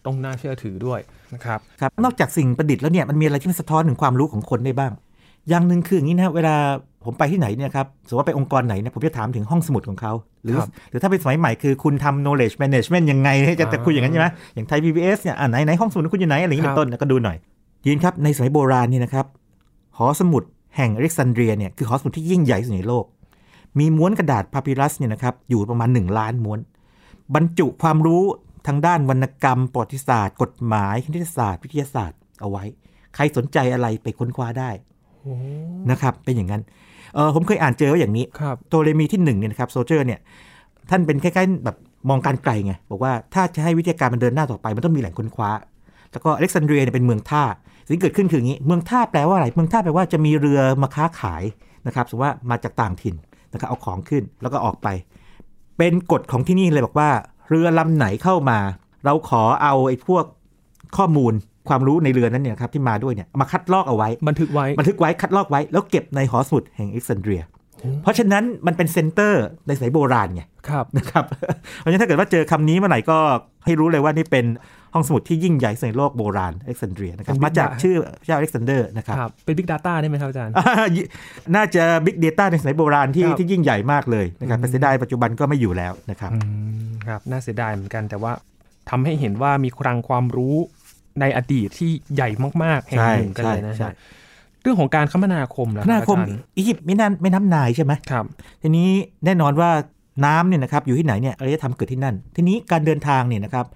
[SPEAKER 1] ต้องน่าเชื่อถือด้วยนะครับ
[SPEAKER 2] ครับนอกจากสิ่งประดิษฐ์แล้วเนี่ยมันมีอะไรที่มันสะท้อนถึงความรู้ของคนได้บ้าง อย่างหนึ่งคืออย่างนี้นะเวลาผมไปที่ไหนเนี่ยครับสมมติว่าไปองค์กรไหนเนี่ยผมจะถามถึงห้องสมุดของเขาหรือ
[SPEAKER 1] ครับ
[SPEAKER 2] หรือถ้าเป็นสมัยใหม่คือคุณทำ knowledge management ยังไงเนี่ยจะ
[SPEAKER 1] อ่า
[SPEAKER 2] จะคุยอย่างนั้นใช่ไหมอย่างไทย PBS เนี่ยอ่าไหนไหนห้องสมุดคุณอยู่ไหนอะไรอย่างนี้
[SPEAKER 1] ครับ
[SPEAKER 2] เป็นต้นนะก็ดูหน่อยยินครับในสมัยโบราณเนี่ยนะครับหอสมุดแห่งอเล็กซานเดรียเนี่ยคือหอสมุดที่ยิ่งใหญ่ที่สุดในโลก มีม้วนกระดาษพาพิรัสเนี่ยนะครับอยู่ประมาณ 1 ล้านม้วน บรรจุความรู้ทางด้านวรรณกรรม ประวัติศาสตร์ กฎหมายคณิตศาสตร์ วิทยาศาสตร์เอาไว้ ใครสนใจอะไรไปค้นคว้าได้
[SPEAKER 1] โอ้
[SPEAKER 2] นะครับ เป็นอย่างนั้นเออผมเคยอ่านเจอว่าอย่างนี้
[SPEAKER 1] ครับ
[SPEAKER 2] โตเลมีที่หนึ่งเนี่ยนะครับโซเจอร์เนี่ยท่านเป็นคล้ายๆแบบมองการไกลไง บอกว่าถ้าจะให้วิทยาการมันเดินหน้าต่อไป มันต้องมีแหล่งค้นคว้า แล้วก็อเล็กซานเดรียเนี่ยเป็นเมืองท่าสิ่งที่เกิดขึ้นคืออย่างนี้ เมืองท่าแปลว่าอะไร เมืองท่าแปลว่าจะมีเรือมาค้าขายนะครับสมมติว่ามาจากต่างถิ่นนะครับเอาของขึ้นแล้วก็ออกไป เป็นกฎของที่นี่เลยบอกว่า เรือลำไหนเข้ามา เราขอเอาไอ้พวกข้อมูลความรู้ในเรือนั้นเนี่ยครับที่มาด้วยเนี่ยเอามาคัดลอกเอาไว้
[SPEAKER 1] บันทึกไว้
[SPEAKER 2] บันทึกไว้คัดลอกไว้แล้วเก็บในหอสมุดแห่งเอ็กซานเดรีย เพราะฉะนั้นมันเป็นเซ็นเตอร์ในสมัยโบราณไง
[SPEAKER 1] ครับ
[SPEAKER 2] นะครับ *laughs* เพราะฉะนั้นถ้าเกิดว่าเจอคำนี้เมื่อไหร่ก็ให้รู้เลยว่านี่เป็นห้องสมุดที่ยิ่งใหญ่ในโลกโบราณอเล็กซานเดรียนะครับ
[SPEAKER 1] เป็น
[SPEAKER 2] มาจากชื่อเจ้าอเล็กซานเดอร์นะครับ *laughs*
[SPEAKER 1] ครับ เป็น Big Data ได้ไหมครับอาจารย์
[SPEAKER 2] อ่าน่าจะบิ๊ก Data ในสมัยโบราณ
[SPEAKER 1] ค
[SPEAKER 2] ที่
[SPEAKER 1] รับ
[SPEAKER 2] ที่ยิ่งใหญ่มากเลยนะครับ
[SPEAKER 1] อืม
[SPEAKER 2] แต่เสียดายปัจจุบันก็ไม่อยู่แล้วนะครับ
[SPEAKER 1] อืมครับ น่าเสียดายเหมือนกันแต่ว่าทำให้เห็นว่ามีคลังความรู้ในอดีตที่ใหญ่มากๆแห่งหนึ่งกันเลยนะ
[SPEAKER 2] ใช่
[SPEAKER 1] ฮะเรื่องของการคมนาคมนะ
[SPEAKER 2] คมนาคม
[SPEAKER 1] อาจารย์
[SPEAKER 2] อียิปต์ไม่น่าไม่น้ำนายใช่ไหม
[SPEAKER 1] ครับ
[SPEAKER 2] ทีนี้แน่นอนว่าน้ำเนี่ยนะครับอยู่ที่ไหนเนี่ยอารยธรรมเกิดที่นั่น ทีนี้การเดินทางเนี่ยนะครับ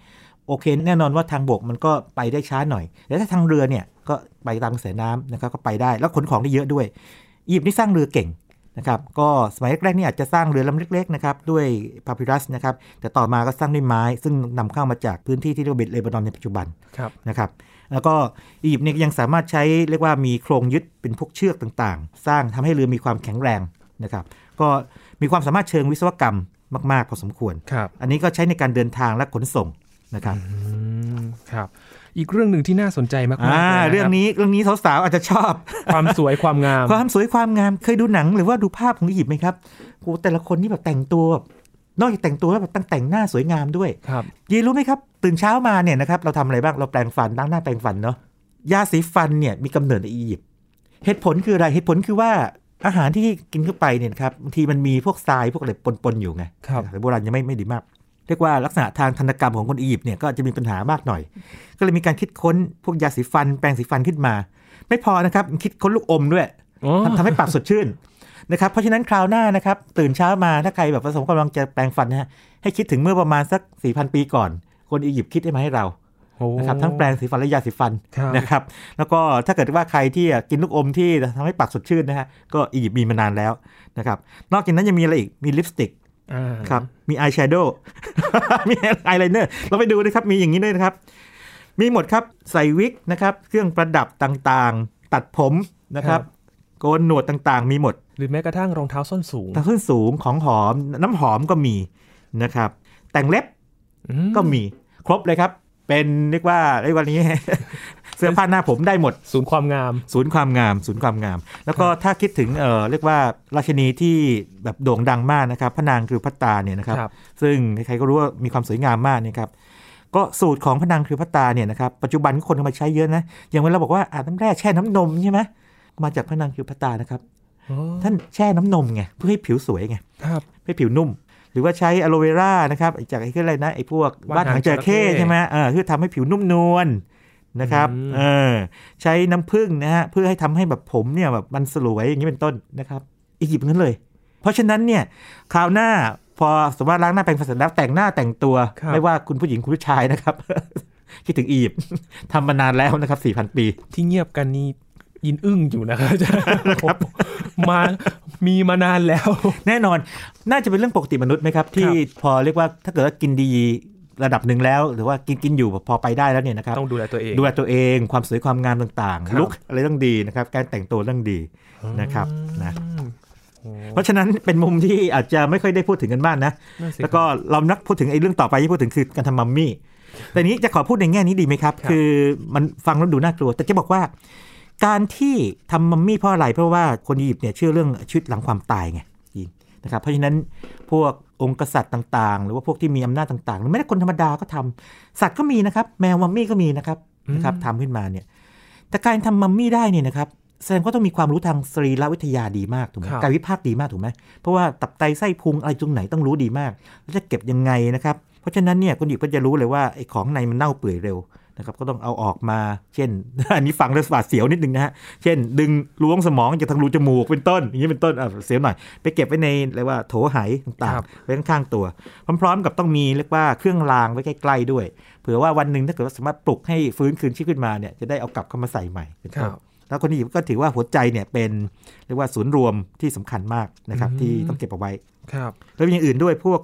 [SPEAKER 2] โอเค แน่นอนว่าทางบกมันก็ไปได้ช้าหน่อยแต่ถ้าทางเรือเนี่ยก็ไปตามกระแสน้ำนะครับก็ไปได้แล้วขนของได้เยอะด้วย อียิปต์นี่สร้างเรือเก่งนะครับก็สมัยแรกๆนี่อาจจะสร้างเรือลำเล็กๆนะครับด้วยพาพิรัสนะครับแต่ต่อมาก็สร้างด้วยไม้ซึ่งนำเข้ามาจากพื้นที่ที่เรียกว่าเลบานอนในปัจจุบัน
[SPEAKER 1] ครับ
[SPEAKER 2] นะครับแล้วก็อียิปต์เนี่ยยังสามารถใช้เรียกว่ามีโครงยึดเป็นพวกเชือกต่างๆ สร้างทำให้เรือมีความแข็งแรงนะครับก็มีความสามารถเชิงวิศวกรรมมาก ๆ พอสมควร
[SPEAKER 1] ครับ
[SPEAKER 2] อันนี้ก็ใช้ในการเดินทางและขนส่งนะครับ
[SPEAKER 1] อืม ครับ อีกเรื่องหนึ่งที่น่าสนใจมากๆ
[SPEAKER 2] อ่า
[SPEAKER 1] ลยะคบ
[SPEAKER 2] เรื่องนี้เรื่องนี้สาวๆอาจจะชอบ
[SPEAKER 1] ความสวยความงาม
[SPEAKER 2] ความสวยความงามเคยดูหนังหรือว่าดูภาพของอียิปต์ไหมครับโอ้แต่ละคนนี่แบบแต่งตัวแบบนอกจากแต่งตัวแล้วแบบตั้งแต่งหน้าสวยงามด้วย
[SPEAKER 1] ครับ
[SPEAKER 2] ยีรู้ไหมครับ ตื่นเช้ามาเนี่ยนะครับเราทำอะไรบ้างเราแปรงฟันล้างหน้าแปรงฟันเนาะยาสีฟันเนี่ยมีกำเนิดในอียิปต์เหตุผลคืออะไรเหตุผลคือว่าอาหารที่กินเข้าไปเนี่ยนะครับบางทีมันมีพวกทรายพวกอะไรปนๆอยู่ไง
[SPEAKER 1] ครับ
[SPEAKER 2] แต่โบราณยังไม่ไม่ดีมาก เรียกว่าลักษณะทางธนกรรมของคนอียิปต์เนี่ยก็อาจจะมีปัญหามากหน่อย ก็เลยมีการคิดค้นพวกยาสีฟัน แปรงสีฟันขึ้นมา ไม่พอนะครับคิดค้นลูกอมด้วย
[SPEAKER 1] อ๋อ
[SPEAKER 2] ทำทำให้ปากสดชื่นนะครับเพราะฉะนั้นคราวหน้านะครับตื่นเช้ามาถ้าใครแบบประสมกำลังจะแปลงฟันนะฮะให้คิดถึงเมื่อประมาณสัก 4,000 ปีก่อน คนอียิปต์คิดได้มาให้เรา
[SPEAKER 1] โอ้
[SPEAKER 2] นะครับทั้งแปลงสีฟันและยาสีฟัน
[SPEAKER 1] ครับ
[SPEAKER 2] นะครับแล้วก็ถ้าเกิดว่าใครที่กินลูกอมที่ทำให้ปากสดชื่นนะฮะก็อียิปต์มีมานานแล้วนะครับนอกจากนั้นยังมีอะไรอีกมีลิปสติก
[SPEAKER 1] อ่า
[SPEAKER 2] ครับ มีอายแชโดว์ *laughs* มีอายไลเนอร์ เราไปดูนะครับ มีอย่างนี้ด้วยนะครับ มีหมดครับ ใส่วิกนะครับ เครื่องประดับต่างๆ ตัดผมนะค
[SPEAKER 1] ค
[SPEAKER 2] รั
[SPEAKER 1] รับ บ
[SPEAKER 2] โกนหนวดต่างๆ มีหมด
[SPEAKER 1] หรือแม้กระทั่งรองเท้าส้นสูง
[SPEAKER 2] ทั้งส้นสูงของหอม น้ำหอมก็มีนะครับ แต่งเล็บ
[SPEAKER 1] อื
[SPEAKER 2] ก็มี ครบเลยครับ เป็นเรียกว่าเรียกว่านี้ *laughs* เสื้อผ้าหน้าผมได้หมด
[SPEAKER 1] ศูนย์ความงาม
[SPEAKER 2] ศูนย์ความงาม ศูนย์ความงาม แล้วก็ถ้าคิดถึงเออเรียกว่าราชินีที่แบบโด่งดังมากนะครับ พระนางคือพัตตาเนี่ยนะครับ
[SPEAKER 1] ครับ
[SPEAKER 2] ซึ่งใครๆก็รู้ว่ามีความสวยงามมากนะครับ ก็สูตรของพระนางคือพัตตาเนี่ยนะครับ ปัจจุบันคนเอามาใช้เยอะนะ อย่างเวลาบอกว่าอาบน้ำแร่แช่น้ำนมใช่ไหมมาจากพระนางคือพัตตานะครับ
[SPEAKER 1] อ๋อ
[SPEAKER 2] ท่านแช่น้ำนมไงเพื่อให้ผิวสวยไง
[SPEAKER 1] ครับ
[SPEAKER 2] ให้ผิวนุ่ม หรือว่าใช้อะโลเวรานะครับไอ้จากไอ้คืออะไรนะไอ้พวก
[SPEAKER 1] ว่าน
[SPEAKER 2] ว่านหางจระเข้
[SPEAKER 1] จระเข้
[SPEAKER 2] ใช่ไหมเออคือทำให้ผิวนุ่มนวลนะครับ
[SPEAKER 1] อืม
[SPEAKER 2] เออใช้น้ำผึ้งนะฮะเพื่อให้ทำให้แบบผมเนี่ยแบบมันสลวยอย่างนี้เป็นต้นนะครับอียิปต์นั้นเลย เพราะฉะนั้นเนี่ยคราวหน้าพอสมมติว่าล้างหน้าแปรงฟันเสร็จแล้วแต่งหน้าแต่งตัว
[SPEAKER 1] ครับ
[SPEAKER 2] ไม่ว่าคุณผู้หญิงคุณผู้ชายนะครับ *laughs* คิดถึงอียิปต์ทำมานานแล้วนะครับ4,000 ปี
[SPEAKER 1] ที่เงียบกันนี่ยินอึ้งอยู่นะครับอาจารย์โอ้โหมา มีมานานแล้ว
[SPEAKER 2] แน่นอน น่าจะเป็นเรื่องปกติมนุษย์ไหมครับ ที่พอเรียกว่าถ้าเกิดว่ากินดีระดับหนึ่งแล้ว หรือว่ากินกินอยู่แบบพอไปได้แล้วเนี่ยนะครับ
[SPEAKER 1] ต้องดูแลตัวเอง
[SPEAKER 2] ดูแลตัวเองความสวยความงามต่าง
[SPEAKER 1] ครับ
[SPEAKER 2] ๆลุกอะไรต้องดีนะครับ การแต่งตัวต้องดีนะครับนะ
[SPEAKER 1] อืมโห
[SPEAKER 2] เพราะฉะนั้นเป็นมุมที่อาจจะไม่ค่อยได้พูดถึงกันบ้างนนะ
[SPEAKER 1] นั่นสิครับ
[SPEAKER 2] แล้วก็เรานักพูดถึงไอ้เรื่องต่อไปที่พูดถึงคือการทำมัมมี่แต่นี้จะขอพูดในแง่นี้ดีไหมครับ
[SPEAKER 1] ครับ
[SPEAKER 2] คือมันฟังแล้วดูน่ากลัว แต่จะบอกว่า การที่ทำมัมมี่เพราะอะไร เพราะว่าคนอียิปต์เนี่ยเชื่อเรื่องชีวิตหลังความตายไงยีนนะครับ เพราะฉะนั้นพวกองค์กษัตริย์ต่าง ๆ หรือว่าพวกที่มีอำนาจต่างๆหรือแม้แต่คนธรรมดาก็ทำสัตว์ก็มีนะครับ แมวมัมมี่ก็มีนะครับนะครับทำขึ้นมาเนี่ย แต่การทำมัมมี่ได้เนี่ยนะครับแสดงว่าต้องมีความรู้ทางสรีรวิทยาดีมากถูกไหม
[SPEAKER 1] ครับ
[SPEAKER 2] กายวิภาคดีมากถูกไหมเพราะว่าตับไตไส้พุงอะไรตรงไหนต้องรู้ดีมาก แล้วจะเก็บยังไงนะครับ เพราะฉะนั้นเนี่ยคนหยิบก็จะรู้เลยว่าไอ้ของในมันเน่าเปื่อยเร็วนะครับก็ต้องเอาออกมา เช่น *laughs* อันนี้ฟังแล้วหวาดเสียวนิดนึงนะฮะเช่น ดึงล้วงสมองจากทางรูจมูกเป็นต้นอย่างนี้เป็นต้นอ่ะเสียวหน่อยไปเก็บไว้ในเรียกว่าโถไหายต่าง
[SPEAKER 1] ครับ
[SPEAKER 2] ๆไว้ข้างๆตัว พร้อมๆ กับต้องมีเรียกว่าเครื่องรางไว้ใกล้ๆด้วย เผื่อว่าวันหนึ่งถ้าเกิดว่าสามารถปลุกให้ฟื้นคืนชีพขึ้นมาเนี่ยจะได้เอากลับเข้ามาใส่ใหม่เป็นต้น แล้วคนอียิปต์ก็ถือว่าหัวใจเนี่ยเป็นเรียกว่าศูนย์รวมที่สำคัญมากนะครับ
[SPEAKER 1] อืม
[SPEAKER 2] ที่ต้องเก็บเอาไว้
[SPEAKER 1] ครับ
[SPEAKER 2] แล้วมีอย่างอื่นด้วยพวก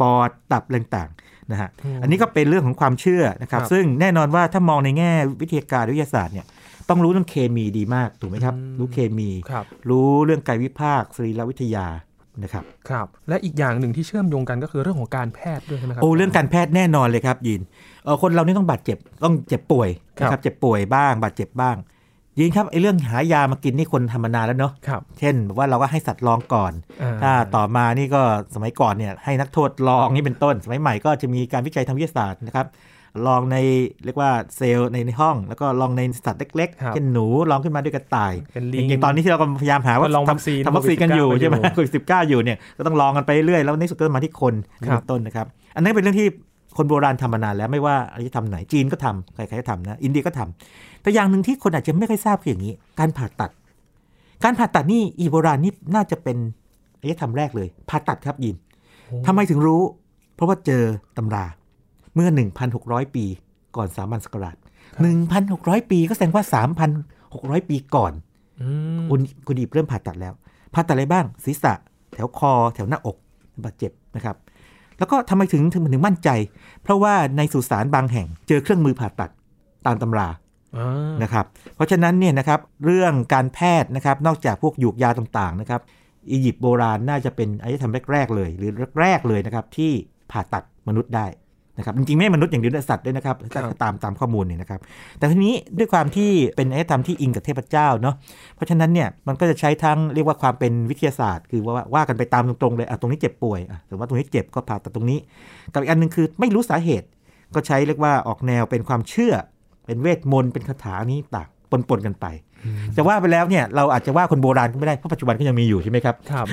[SPEAKER 2] ปอดตับอะไรต่างๆนะฮะ
[SPEAKER 1] อืม
[SPEAKER 2] อันนี้ก็เป็นเรื่องของความเชื่อนะครับ
[SPEAKER 1] ครับ
[SPEAKER 2] ซึ่งแน่นอนว่าถ้ามองในแง่วิทยาการวิทยาศาสตร์เนี่ยต้องรู้เรื่องเคมีดีมากถูกไหมครับ
[SPEAKER 1] อืม
[SPEAKER 2] รู้เคมี
[SPEAKER 1] ครับ
[SPEAKER 2] รู้เรื่องกายวิภาคสรีรวิทยานะครับ
[SPEAKER 1] ครับ และอีกอย่างหนึ่งที่เชื่อมโยงกันก็คือเรื่องของการแพทย์ด้วยใช่ไหมครั
[SPEAKER 2] โอ้เรื่องการแพทย์แน่นอนเลยครับยินเออคนเรานี่ต้องบาดเจ็บต้องเจ็บป่วยนะ
[SPEAKER 1] ค
[SPEAKER 2] ค
[SPEAKER 1] รั
[SPEAKER 2] รับ บเจ็บป่วยบ้างบาดเจ็บบ้าง ยินครับไอ้เรื่องหายามากินนี่คนทำมานานแล้วเนาะ
[SPEAKER 1] ครับ
[SPEAKER 2] เช่นแบบว่าเราก็ให้สัตว์ลองก่อน
[SPEAKER 1] อ่
[SPEAKER 2] ถ้าต่อมานี่ก็สมัยก่อนเนี่ยให้นักโทษลองนี่เป็นต้น สมัยใหม่ก็จะมีการวิจัยทางวิทยาศาสตร์นะครับ ลองในเรียกว่าเซลล์ในในห้อง แล้วก็ลองในสัตว์เล็ก
[SPEAKER 1] ครับ
[SPEAKER 2] ๆ เช่นหนูลองขึ้นมาด้วยกระต่าย
[SPEAKER 1] เป็นลิ
[SPEAKER 2] อง ย่างตอนนี้ที่เรากำลังพยายามหาว่า
[SPEAKER 1] ก็ลองวัคซีน
[SPEAKER 2] ทำทำวัคซีนกันอยู่
[SPEAKER 1] โควิด19
[SPEAKER 2] ใช่ไหม
[SPEAKER 1] ไป
[SPEAKER 2] *laughs*
[SPEAKER 1] อยู่
[SPEAKER 2] โควิดสิบเก้าอยู่เนี่ยก็ต้องลองกันไปเรื่อยแล้วในสุดก็มาที่คนนี่
[SPEAKER 1] ครับ
[SPEAKER 2] เป็นต้นนะครับ อันนี้นเป็นเรื่องที่คนโบราณทำมานานแล้วไม่ว่าอารยธรรมไหนจีนก็ทำใครๆก็ทำนะอินเดียก็ทำแต่อย่างหนึ่งที่คนอาจจะไม่ค่อยทราบคืออย่างนี้ การผ่าตัด การผ่าตัดนี่อีโบราณนี่น่าจะเป็นอารยธรรมแรกเลยผ่าตัดครับยินทำไมถึงรู้ เพราะว่าเจอตำราเมื่อ 1,600 ปีก่อนสามัญสกราช1,600 ปีก็แสดงว่า 3,600 ปีก่อน
[SPEAKER 1] อืม
[SPEAKER 2] คุณคุณอีบเริ่มผ่าตัดแล้ว ผ่าตัดอะไรบ้าง ศีรษะ แถวคอ แถวหน้าอกบาดเจ็บนะครับ แล้วก็ทำไมถึงถึงถึงมั่นใจ เพราะว่าในสุสานบางแห่งเจอเครื่องมือผ่าตัดตามตำรา
[SPEAKER 1] อ่า
[SPEAKER 2] นะครับเพราะฉะนั้นเนี่ยนะครับเรื่องการแพทย์นะครับนอกจากพวกหยูกยาต่างๆนะครับอียิปต์โบราณน่าจะเป็นอารยธรรมแรกๆเลย หรือแรกๆเลยนะครับที่ผ่าตัดมนุษย์ได้นะครับจริงๆไม่ใช่มนุษย์อย่างเดียวนะสัตว์ด้วยนะครับ
[SPEAKER 1] ครับ
[SPEAKER 2] ตามตามข้อมูลเนี่ยนะครับแต่ทีนี้ด้วยความที่เป็นอารยธรรมที่อิงกับเทพเจ้าเนาะเพราะฉะนั้นเนี่ยมันก็จะใช้ทั้งเรียกว่าความเป็นวิทยาศาสตร์ คือว่าว่าว่ากันไปตามตรงๆเลยอ่ะตรงนี้เจ็บป่วยอ่ะสมมติว่าตรงนี้เจ็บก็ผ่าตัดตรงนี้ กับอีกอันหนึ่งคือไม่รู้สาเหตุ ก็ใช้เรียกว่าออกแนวเป็นความเชื่อ เป็นเวทมนต์เป็นคาถานี้ต่างปนปนๆกันไป จะว่าไปแล้วเนี่ยเราอาจจะว่าคนโบราณก็ไม่ได้เพราะปัจจุบันก็ยังมีอยู่ใช่ไหมครับ *laughs*
[SPEAKER 1] ครับ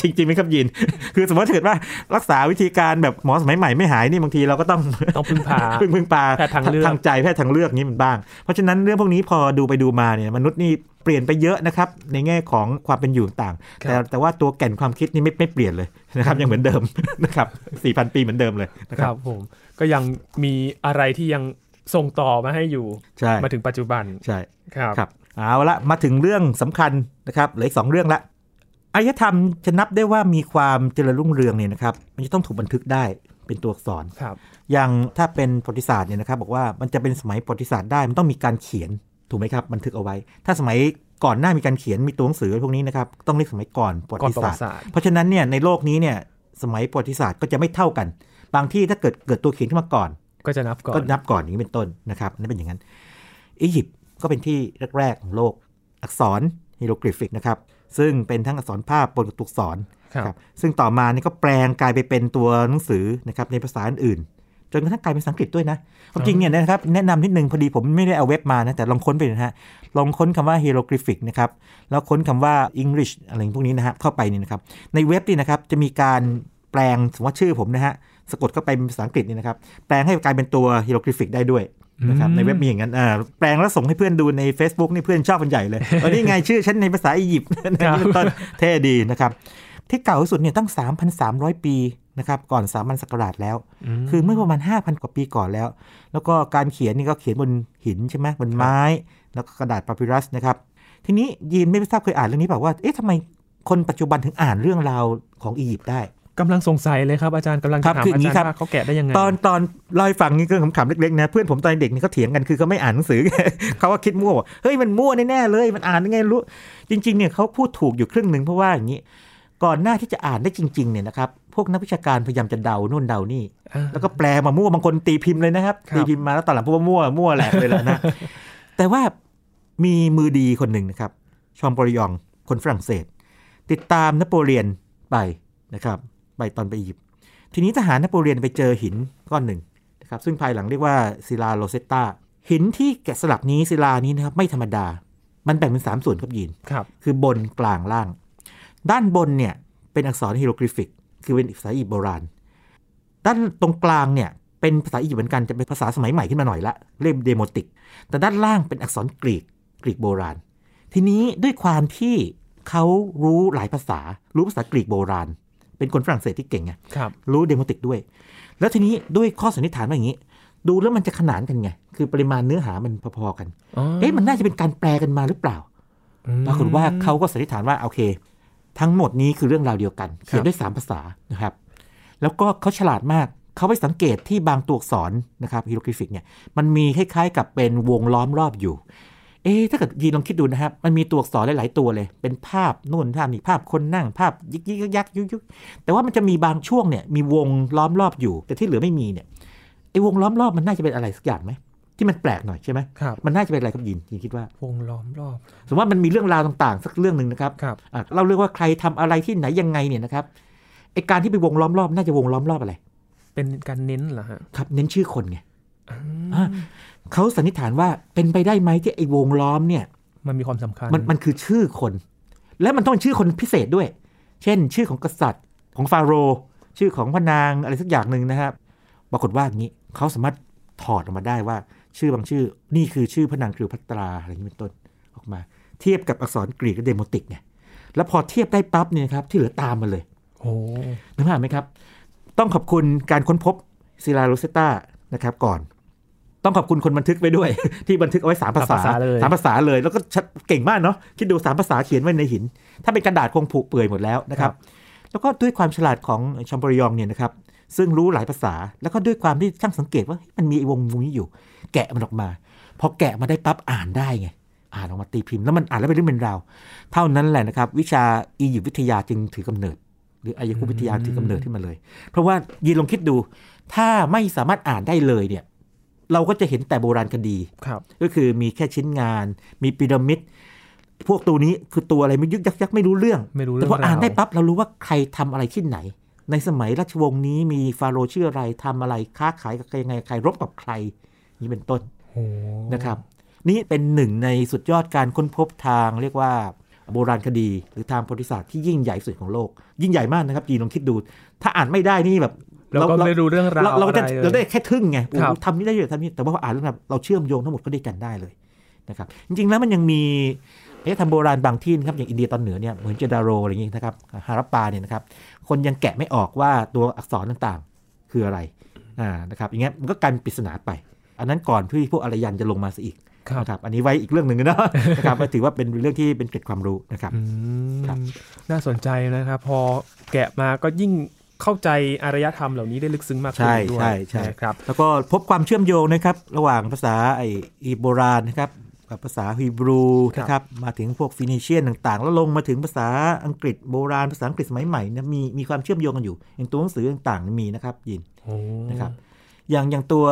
[SPEAKER 2] จริงจริงไหมครับยิน *laughs* คือสมมติถ้าเกิดว่ารักษาวิธีการแบบหมอสมัยใหม่ไม่หายนี่บางทีเราก็ต้อง
[SPEAKER 1] ต้องพึ่งพา
[SPEAKER 2] *laughs* พึ่งพึ่งปลา
[SPEAKER 1] แพทย์ทางเลือก
[SPEAKER 2] ทางใจแพทย์ทางเลือกนี้มันบ้าง เพราะฉะนั้นเรื่องพวกนี้พอดูไปดูมาเนี่ยมนุษย์นี่เปลี่ยนไปเยอะนะครับในแง่ของความเป็นอยู่ต่าง
[SPEAKER 1] ครับ
[SPEAKER 2] แต่แต่ว่าตัวแก่นความคิดนี่ไม่ไม่เปลี่ยนเลยนะครับยังเหมือนเดิม *laughs* นะครับ4,000 ปีเหมือนเดิมเลยนะ
[SPEAKER 1] ค
[SPEAKER 2] ครั
[SPEAKER 1] รั
[SPEAKER 2] บบ
[SPEAKER 1] ผม ก็ยังมีอะไรที่ยังส่งต่อมาให้อยู่
[SPEAKER 2] ใช่
[SPEAKER 1] มาถึงปัจจุบัน
[SPEAKER 2] ใช่
[SPEAKER 1] ครับ
[SPEAKER 2] ครับเอาละมาถึงเรื่องสำคัญนะครับเหลืออีกสองเรื่องละอารยธรรมจะนับได้ว่ามีความเจริญรุ่งเรืองเนี่ยนะครับมันจะต้องถูกบันทึกได้เป็นตัวอักษร
[SPEAKER 1] ครับ
[SPEAKER 2] อย่างถ้าเป็นประวัติศาสตร์เนี่ยนะครับบอกว่ามันจะเป็นสมัยประวัติศาสตร์ได้มันต้องมีการเขียนถูกไหมครับบันทึกเอาไว้ ถ้าสมัยก่อนหน้ามีการเขียนมีตัวหนังสือพวกนี้นะครับต้องเรียกสมัยก่อนประวั
[SPEAKER 1] ก่อน
[SPEAKER 2] ติ
[SPEAKER 1] ประ
[SPEAKER 2] ศา
[SPEAKER 1] วั
[SPEAKER 2] ส
[SPEAKER 1] ติ
[SPEAKER 2] ตร์
[SPEAKER 1] ศาสตร์
[SPEAKER 2] เพราะฉะนั้นเนี่ยในโลกนี้เนี่ยสมัยประวัติศาสตร์ก็จะไม่เท่ากัน บางที่ถ้าเกิดเกิดตัวเขียนขึ้นมาก่อน
[SPEAKER 1] ก็จะนับก่อน
[SPEAKER 2] ก็นับก่อนอย่างนี้เป็นต้นนะครับนั่นเป็นอย่างนั้น อียิปต์ก็เป็นที่แรก ๆ ของโลก อักษรฮีโรกริฟิกนะครับ ซึ่งเป็นทั้งอักษรภาพบนกับตัวอักษร
[SPEAKER 1] ครับ
[SPEAKER 2] ซึ่งต่อมานี่ก็แปลงกลายไปเป็นตัวหนังสือนะครับในภาษาอื่นๆจนกระทั่งกลายเป็นภาษาอังกฤษด้วยนะความจริงเนี่ยนะครับแนะนำนิดนึงพอดีผมไม่ได้เอาเว็บมานะแต่ลองค้นไปนะฮะลองค้นคำว่าฮีโรกริฟิกนะครับแล้วค้นคำว่า English อะไรพวกนี้นะฮะเข้าไปนี่นะครับในเว็บนี่นะครับจะมีการแปลงสมมติว่าชื่อผมนะฮะสะกดเข้าไปเป็นภาษาอังกฤษนี่นะครับแปลงให้กลายเป็นตัวฮีโรกริฟิกได้ด้วย นะครับ
[SPEAKER 1] อืม
[SPEAKER 2] ในเว็บมีอย่างนั้นอ่าแปลงแล้วส่งให้เพื่อนดูใน Facebook นี่เพื่อนชอบเป็นใหญ่เลย วันนี้ไงชื่อฉั *laughs* นในภาษาอียิปต์ นะต้นเท่ดีนะครับ ที่เก่าที่สุดเนี่ยตั้ง 3,300 ปีนะครับก่อนสามัญศักราชแล้ว
[SPEAKER 1] ม
[SPEAKER 2] คือเมื่อประมาณ 5,000 กว่าปีก่อนแล้ว แล้วก็การเขียนนี่ก็เขียนบนหินใช่ไหมบนไม้ แล้วก็กระดาษปาปิรัสนะครับ ทีนี้ยีนไม่ทราบเคยอ่านเรื่องนี้เปล่าว่าเอ๊ะทำไมคนปัจจุบันถึงอ่านเรื่องราวของอียิปต์ได้
[SPEAKER 1] กำลังสงสัยเลยครับอาจารย์กำลังจะ
[SPEAKER 2] ครับ
[SPEAKER 1] ถาม
[SPEAKER 2] คืออ
[SPEAKER 1] อา
[SPEAKER 2] ย่างนี้
[SPEAKER 1] จารย์
[SPEAKER 2] ครั
[SPEAKER 1] ว่า
[SPEAKER 2] บ
[SPEAKER 1] เขาแกะได้ยังไง
[SPEAKER 2] ตอนตอนเลอยฟังนี่ก็ขำๆเล็กๆนะเพื่อนผมตอนเด็กนี่เขาเถียงกันคือเขาไม่อ่านหนังสือ *laughs* เขาว่าคิดมั่วบอกเฮ้ยมันมั่วแน่ๆเลยมันอ่านยังไงรู้จริงๆเนี่ยเขาพูดถูกอยู่ครึ่งหนึ่งเพราะว่าอย่างนี้ ก่อนหน้าที่จะอ่านได้จริงๆเนี่ยนะครับพวกนักวิชาการพยายามจะเดาโน่นเดานี่
[SPEAKER 1] อ่า
[SPEAKER 2] แล้วก็แปลมามั่วบางคนตีพิมพ์เลยนะครับ
[SPEAKER 1] ครับ
[SPEAKER 2] ตีพิมพ์มาแล้วตอนหลังพบว่ามั่วมั่วแหลกเลยแหละนะ
[SPEAKER 1] *laughs*
[SPEAKER 2] แต่ว่ามีมือดีคนหนึ่งนะครับ ชอมปรยองคนฝรั่งเศส ติดตามนโปเลียนไปนะครับไปตอนไปอียิปต์ทีนี้ทหารนโปเลียนไปเจอหินก้อนหนึ่งนะครับซึ่งภายหลังเรียกว่าศิลาโรเซตตาหินที่แกะสลักนี้ศิลานี้นะครับไม่ธรรมดา มันแบ่งเป็นสามส่วนครับยีน
[SPEAKER 1] ครับ
[SPEAKER 2] คือบนกลางล่าง ด้านบนเนี่ยเป็นอักษรฮีโรกริฟิก คือเป็นภาษาอียิปต์โบราณ ด้านตรงกลางเนี่ยเป็นภาษาอียิปต์เหมือนกันจะเป็นภาษาสมัยใหม่ขึ้นมาหน่อยละเรียกเดโมติก แต่ด้านล่างเป็นอักษรกรีกกรีกโบราณ ทีนี้ด้วยความที่เขารู้หลายภาษา รู้ภาษากรีกโบราณ เป็นคนฝรั่งเศสที่เก่งไง
[SPEAKER 1] ครับ
[SPEAKER 2] รู้เดโมติกด้วย แล้วทีนี้ด้วยข้อสันนิษฐานว่าอย่างนี้ ดูแล้วมันจะขนานกันไง คือปริมาณเนื้อหามันพอๆกัน
[SPEAKER 1] อ๋อ
[SPEAKER 2] เอ๊ะมันน่าจะเป็นการแปลกันมาหรือเปล่า
[SPEAKER 1] อืม
[SPEAKER 2] ปรากฏว่าเขาก็สันนิษฐานว่าโอเค ทั้งหมดนี้คือเรื่องราวเดียวกัน เขี
[SPEAKER 1] ค
[SPEAKER 2] ย
[SPEAKER 1] รั
[SPEAKER 2] น
[SPEAKER 1] บ
[SPEAKER 2] ด้วยสามภาษานะครับ แล้วก็เขาฉลาดมากเขาไปสังเกตที่บางตัวอักษรนะครับฮีโรกริฟิกเนี่ยมันมีคล้ายๆกับเป็นวงล้อมรอบอยู่ เอ๊ะถ้าเกิดยีนลองคิดดูนะครับ มันมีตัวอักษรหลายๆตัวเลย เป็นภาพนู่นภาพนี่ภาพคนนั่งภาพยิกยิกยักยักยุกยุกแต่ว่ามันจะมีบางช่วงเนี่ยมีวงล้อมรอบอยู่ แต่ที่เหลือไม่มีเนี่ยไอ้วงล้อมรอบมันน่าจะเป็นอะไรสักอย่างไหมที่มันแปลกหน่อยใช่ไหม
[SPEAKER 1] ครับ
[SPEAKER 2] มันน่าจะเป็นอะไรครับยีนยีนคิดว่า
[SPEAKER 1] วงล้อมรอบ
[SPEAKER 2] สมมติว่ามันมีเรื่องราวต่างๆ สักเรื่องหนึ่งนะครับ
[SPEAKER 1] ครับ
[SPEAKER 2] อ่ะเล่าเรื่องว่าใครทำอะไรที่ไหนยังไงเนี่ยนะครับไอการที่ไปวงล้อมรอบน่าจะวงล้อมรอบอะไร
[SPEAKER 1] เป็นการเน้นเหรอฮะ
[SPEAKER 2] ครับ เน้นชื่อคนไง
[SPEAKER 1] อื
[SPEAKER 2] อ่ะ
[SPEAKER 1] ม
[SPEAKER 2] เขาสันนิษฐานว่าเป็นไปได้ไหมที่ไอวงล้อมเนี่ย
[SPEAKER 1] มันมีความสำคัญ
[SPEAKER 2] มันมันคือชื่อคน และมันต้องเป็นชื่อคนพิเศษด้วย เช่น ชื่อของกษัตริย์ของฟาโรห์ชื่อของพระนางอะไรสักอย่างหนึ่งนะครับปรากฏว่าอย่างนี้เขาสามารถถอดออกมาได้ว่า ชื่อบางชื่อ นี่คือชื่อพระนางคลีโอพัตราอะไรอย่างนี้เป็นต้นออกมา เทียบกับอักษรกรีกและเดโมติกเนี่ย แล้วพอเทียบได้ปั๊บเนี่ยนะครับที่เหลือตามมาเลย
[SPEAKER 1] โอ้
[SPEAKER 2] นึกภาพไหมครับ ต้องขอบคุณการค้นพบศิลาโรเซตตานะครับก่อน ต้องขอบคุณคนบันทึกไปด้วย *laughs* ที่บันทึกเอาไว้สามภาษา
[SPEAKER 1] เลย
[SPEAKER 2] สามภาษาเลยแล้วก็ชัดเก่งมากเนาะคิดดูสามภาษาเขียนไว้ในหิน ถ้าเป็นกระดาษคงผุเปื่อยหมดแล้วนะครับ แล้วก็ด้วยความฉลาดของชอมบริยองเนี่ยนะครับ ซึ่งรู้หลายภาษา แล้วก็ด้วยความที่ช่างสังเกตว่าเฮ้ยมันมีไอ้วงวงนี้อยู่ แกะมันออกมา พอแกะมาได้ปั๊บอ่านได้ไง อ่านออกมาตีพิมพ์แล้วมันอ่านแล้วเป็นเรื่องเป็นราว เท่านั้นแหละนะครับ วิชาอียิปต์วิทยาจึงถือกำเนิด หรืออายคุปต์วิทยาถือกำเนิดขึ้นมาเลย เพราะว่ายีนลองคิดดู ถ้าไม่สามารถอ่านได้เลยเนี่ยเราก็จะเห็นแต่โบราณคดี
[SPEAKER 1] ครับ
[SPEAKER 2] ก็คือมีแค่ชิ้นงาน มีพีระมิดพวกตัวนี้คือตัวอะไรไม่ยึกยักยักไม่รู้เรื่อง
[SPEAKER 1] ไม่รู้เรื่
[SPEAKER 2] แต่
[SPEAKER 1] อง
[SPEAKER 2] พออ่าน
[SPEAKER 1] รว
[SPEAKER 2] ได้ปั๊บเรารู้ว่าใครทำอะไรที่ไหน ในสมัยราชวงศ์นี้มีฟาโรห์ชื่ออะไรทำอะไรค้าขายกับใครยังไงใครรบกับใครนี่เป็นต้น
[SPEAKER 1] โอ้
[SPEAKER 2] นะครับ นี่เป็นหนึ่งในสุดยอดการค้นพบทางเรียกว่าโบราณคดี หรือทางประวัติศาสตร์ที่ยิ่งใหญ่สุดของโลก ยิ่งใหญ่มากนะครับจีนลองคิดดู ถ้าอ่านไม่ได้นี่แบบ
[SPEAKER 1] เราก็ไม่รู้เรื่องราว
[SPEAKER 2] เราเราจะ
[SPEAKER 1] อไลย
[SPEAKER 2] เราได้แค่ทึ่งไงโอ้
[SPEAKER 1] ครับ
[SPEAKER 2] โหทำนี่ได้อยู่ทำนี่แต่ว่าพออ่านแล้วแบบเราเชื่อมโยงทั้งหมดก็ได้กันได้เลยนะครับจริงๆแล้วมันยังมีเอ๊ะทำโบราณบางที่นะครับอย่างอินเดียตอนเหนือเนี่ยเหมือนเจดาโรอะไรอย่างงี้นะครับฮารัปปาเนี่ยนะครับคนยังแกะไม่ออกว่าตัวอักษรต่างๆ คืออะไรอ่านะครับอย่างเงี้ยมันก็กลายเป็นปริศนาไป อันนั้นก่อนที่พวกอารยันจะลงมาซะอีก
[SPEAKER 1] ครับ
[SPEAKER 2] นะครับอันนี้ไว้อีกเรื่องหนึ่งนะ *laughs* นะครับก็ถือว่าเป็นเรื่องที่เป็นเกร็ดความรู้นะครับ
[SPEAKER 1] อืม
[SPEAKER 2] ครับ
[SPEAKER 1] น่าสนใจนะครับ พอแกะมาก็ยิ่งเข้าใจอารยธรรมเหล่านี้ได้ลึกซึ้งมากขึ้น
[SPEAKER 2] ใช่
[SPEAKER 1] ด้วย
[SPEAKER 2] ใช่ใช่
[SPEAKER 1] นะครับ
[SPEAKER 2] แล้วก็พบความเชื่อมโยงนะครับ ระหว่างภาษาไออียิปต์โบราณนะครับกับภาษาฮีบรู
[SPEAKER 1] ครับ
[SPEAKER 2] นะครับมาถึงพวกฟินิเชียนต่างๆ แล้วลงมาถึงภาษาอังกฤษโบราณภาษาอังกฤษสมัยใหม่เนะมีมีความเชื่อมโยงกันอยู่อย่างตัวหนังสือต่างๆมีนะครับยิน
[SPEAKER 1] โอ้
[SPEAKER 2] นะครับ อย่างอย่างตัว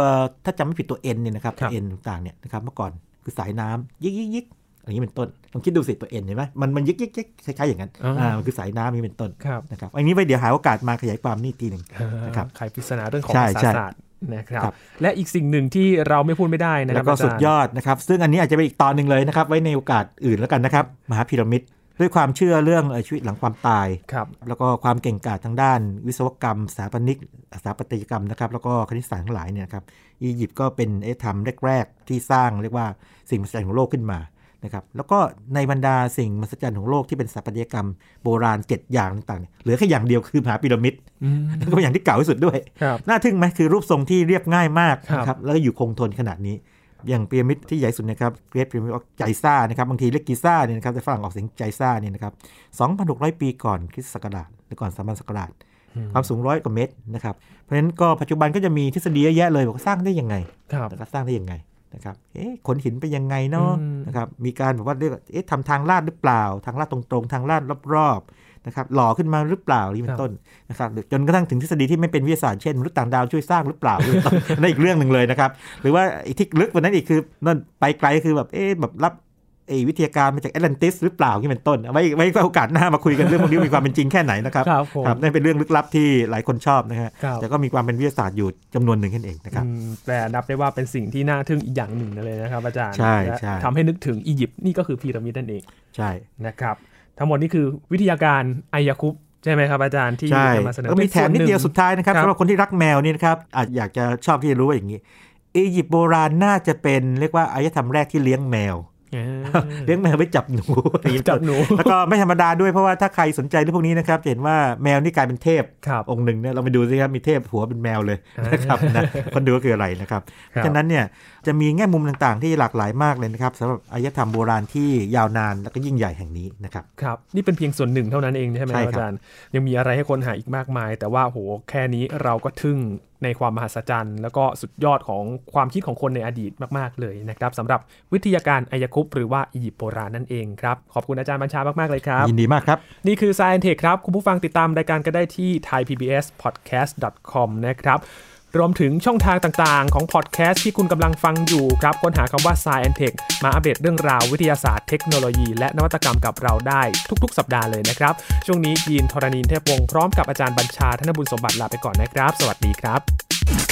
[SPEAKER 2] ถ้าจำไม่ผิดตัว N เนี่ยนะครับ
[SPEAKER 1] ครับ
[SPEAKER 2] เอ็นต่างๆเนี่ยนะครับเมื่อก่อนคือสายน้ำยิกยิกยิกอะไรอย่างนี้เป็นต้นลองคิดดูสิตัว N เห็นไหมมันมันยิกยิกยิกคล้ายๆอย่างนั้นอ่ามันคือสายน้ำนี่เป็นต้น
[SPEAKER 1] ครับ
[SPEAKER 2] นะครับอันนี้ไว้เดี๋ยวหาโอกาสมาขยายความนี่อีกทีหนึ่ง นะครับ
[SPEAKER 1] ไขปริศนาเรื่องของ
[SPEAKER 2] ใช่
[SPEAKER 1] ภาษา
[SPEAKER 2] ใช่
[SPEAKER 1] ศาสตร์นะครับ
[SPEAKER 2] ครับ
[SPEAKER 1] และอีกสิ่งหนึ่งที่เราไม่พูดไม่ได้นะค
[SPEAKER 2] แล้
[SPEAKER 1] รับ
[SPEAKER 2] วก็สุ
[SPEAKER 1] า
[SPEAKER 2] ด
[SPEAKER 1] จาร
[SPEAKER 2] ยอดนะครับ ซึ่งอันนี้อาจจะเป็นอีกตอนหนึ่งเลยนะครับ ไว้ในโอกาสอื่นแล้วกันนะครับ มหาพีระมิดด้วยความเชื่อเรื่องเอ่อชีวิตหลังความตาย
[SPEAKER 1] ครับ
[SPEAKER 2] แล้วก็ความเก่งกาจทางด้าน วิศวกรรมสถาปนิกสถาปัตยกรรมนะครับ แล้วก็คณิตศาสตร์ทั้งหลายเนี่ยนะครับอียิปต์ก็เป็นเอธรรมแรก ๆ ที่สร้างเรียกว่าสิ่งมหัศจรรย์ของโลกขึ้นมานะครับแล้วก็ในบรรดาสิ่งมหัศจรรย์ของโลกที่เป็นสถาปัตยกรรมโบราณเจ็ดอย่างต่างๆเนี่ยเหลือแค่อย่างเดียวคือมหาพีระมิด *laughs*
[SPEAKER 1] อืม
[SPEAKER 2] แล้วก็เป็นอย่างที่เก่าที่สุดด้วย
[SPEAKER 1] ครับ
[SPEAKER 2] น่าทึ่งไหมคือรูปทรงที่เรียบง่ายมาก
[SPEAKER 1] ครับ
[SPEAKER 2] นะครับแล้วก็อยู่คงทนขนาดนี้ อย่างพีระมิดที่ใหญ่สุดนะครับเกรทพีระมิดไจซ่านะครับบางทีเรียกกีซ่าเนี่ยนะครับแต่ฝรั่งออกเสียงไจซ่าเนี่ยนะครับ 2,600 ปีก่อนคริสต์ศักราชหรือก่อนสามัญศักราช ความสูงร้อยกว่าเมตรนะครับเพราะฉะนั้นก็ปัจจุบันก็จะมีทฤษฎีเยอะแยะเลยบอกว่าสร้างได้ยังไง
[SPEAKER 1] ครับ
[SPEAKER 2] นะครับสร้างได้ยังไงนะครับเอ๊ะขนหินไปยังไงเนาะ
[SPEAKER 1] อืม
[SPEAKER 2] นะครับมีการแบบว่าเรียกว่าเอ๊ะทำทางลาดหรือเปล่า ทางลาดตรงๆ ทางลาดรอบๆนะครับหล่อขึ้นมาหรือเปล่านี่เป็นต้นนะครับหรือจนกระทั่งถึงทฤษฎีที่ไม่เป็นวิทยาศาสตร์เช่นมนุษย์ต่างดาวช่วยสร้างหรือเปล่านี่เป็นต้น นั่นอีกเรื่องหนึ่งเลยนะครับหรือว่าอีกที่ลึกกว่านั้นอีกคือนั่นไปไกลคือแบบเอ๊ะแบบรับ ไอ้วิทยาการมาจากแอตแลนติสหรือเปล่าที่เป็นต้นไว้ไว้โอกาสหน้ามาคุยกันเรื่องพวกนี้ มีความเป็นจริงแค่ไหนนะครับ
[SPEAKER 1] ครับผม
[SPEAKER 2] นั่นเป็นเรื่องลึกลับที่หลายคนชอบนะฮะ
[SPEAKER 1] ครับ
[SPEAKER 2] แต่ก็มีความเป็นวิทยาศาสตร์อยู่จำนวนหนึ่งแค่นั้นเองนะครับ
[SPEAKER 1] อืมแต่นับได้ว่าเป็นสิ่งที่น่าทึ่งอีกอย่างหนึ่งเลยนะครับอาจารย์
[SPEAKER 2] ใช่
[SPEAKER 1] และ
[SPEAKER 2] ใช่
[SPEAKER 1] ทำให้นึกถึงอียิปต์นี่ก็คือพีระมิดนั่นเอง
[SPEAKER 2] ใช่
[SPEAKER 1] นะครับทั้งหมดนี่คือวิทยาการไอยาคุปใช่ไหมครับ อาจารย์ที่
[SPEAKER 2] ใช่
[SPEAKER 1] นำมาเสนอ
[SPEAKER 2] ก็มีแถมนิดเดียวสุด
[SPEAKER 1] ป็ส่
[SPEAKER 2] ท้ายนะครับ
[SPEAKER 1] ครับ
[SPEAKER 2] สำหรับคนที่รักแมวนี่นะครับอาจอยากจะชอบที่จะรู้ว่าอย่างนี้อียิปต์โบราณน่าจะเป็นเรียกว่าอารยธรรมแรกที่เลี้ยงแมว
[SPEAKER 1] หนึ่ง
[SPEAKER 2] เลี้ยงแมวไว้จับหนูอะไรอย่างนี้
[SPEAKER 1] จับหนู
[SPEAKER 2] *laughs* แล้วก็ไม่ธรรมดาด้วยเพราะว่าถ้าใครสนใจเรื่องพวกนี้นะครับจะเห็นว่าแมวนี่กลายเป็นเทพ
[SPEAKER 1] ครับ
[SPEAKER 2] องค์หนึ่งเนี่ยเราไปดูสิครับมีเทพหัวเป็นแมวเลยนะครับนะคนดูก็คืออะไรนะครับ เพ
[SPEAKER 1] ครั
[SPEAKER 2] ราะ
[SPEAKER 1] บ
[SPEAKER 2] ฉะนั้นเนี่ยจะมีแง่มุมต่างๆ ที่หลากหลายมากเลยนะครับสำหรับอารยธรรมโบราณที่ยาวนานแล้วก็ยิ่งใหญ่แห่งนี้นะครับ
[SPEAKER 1] ครับ นี่เป็นเพียงส่วนหนึ่งเท่านั้นเองใช่ไหมค
[SPEAKER 2] ใช่
[SPEAKER 1] รับ
[SPEAKER 2] ครับ
[SPEAKER 1] อาจารย์ ยังมีอะไรให้คนหาอีกมากมาย แต่ว่าโหแค่นี้เราก็ทึ่งในความมหัศจรรย์ แล้วก็สุดยอดของความคิดของคนในอดีตมากๆเลยนะครับสำหรับวิทยาการไอยาคุปหรือว่าอียิปต์โบราณนั่นเองครับขอบคุณอาจารย์บัญชามากๆเลยครับ
[SPEAKER 2] ยินดีมากครับ
[SPEAKER 1] นี่คือ Science Tech ครับ คุณผู้ฟังติดตามรายการก็ได้ที่ thaipbspodcast.com นะครับ รวมถึงช่องทางต่างๆ ของพอดแคสต์ที่คุณกำลังฟังอยู่ครับ ค้นหาคำว่า Science Tech มาอัปเดตเรื่องราววิทยาศาสตร์เทคโนโลยี และนวัตกรรมกับเราได้ทุกๆ สัปดาห์เลยนะครับ ช่วงนี้ยีนทรณินเทพวงศ์พร้อมกับอาจารย์บัญชาธนบุญสมบัติลาไปก่อนนะครับ สวัสดีครับ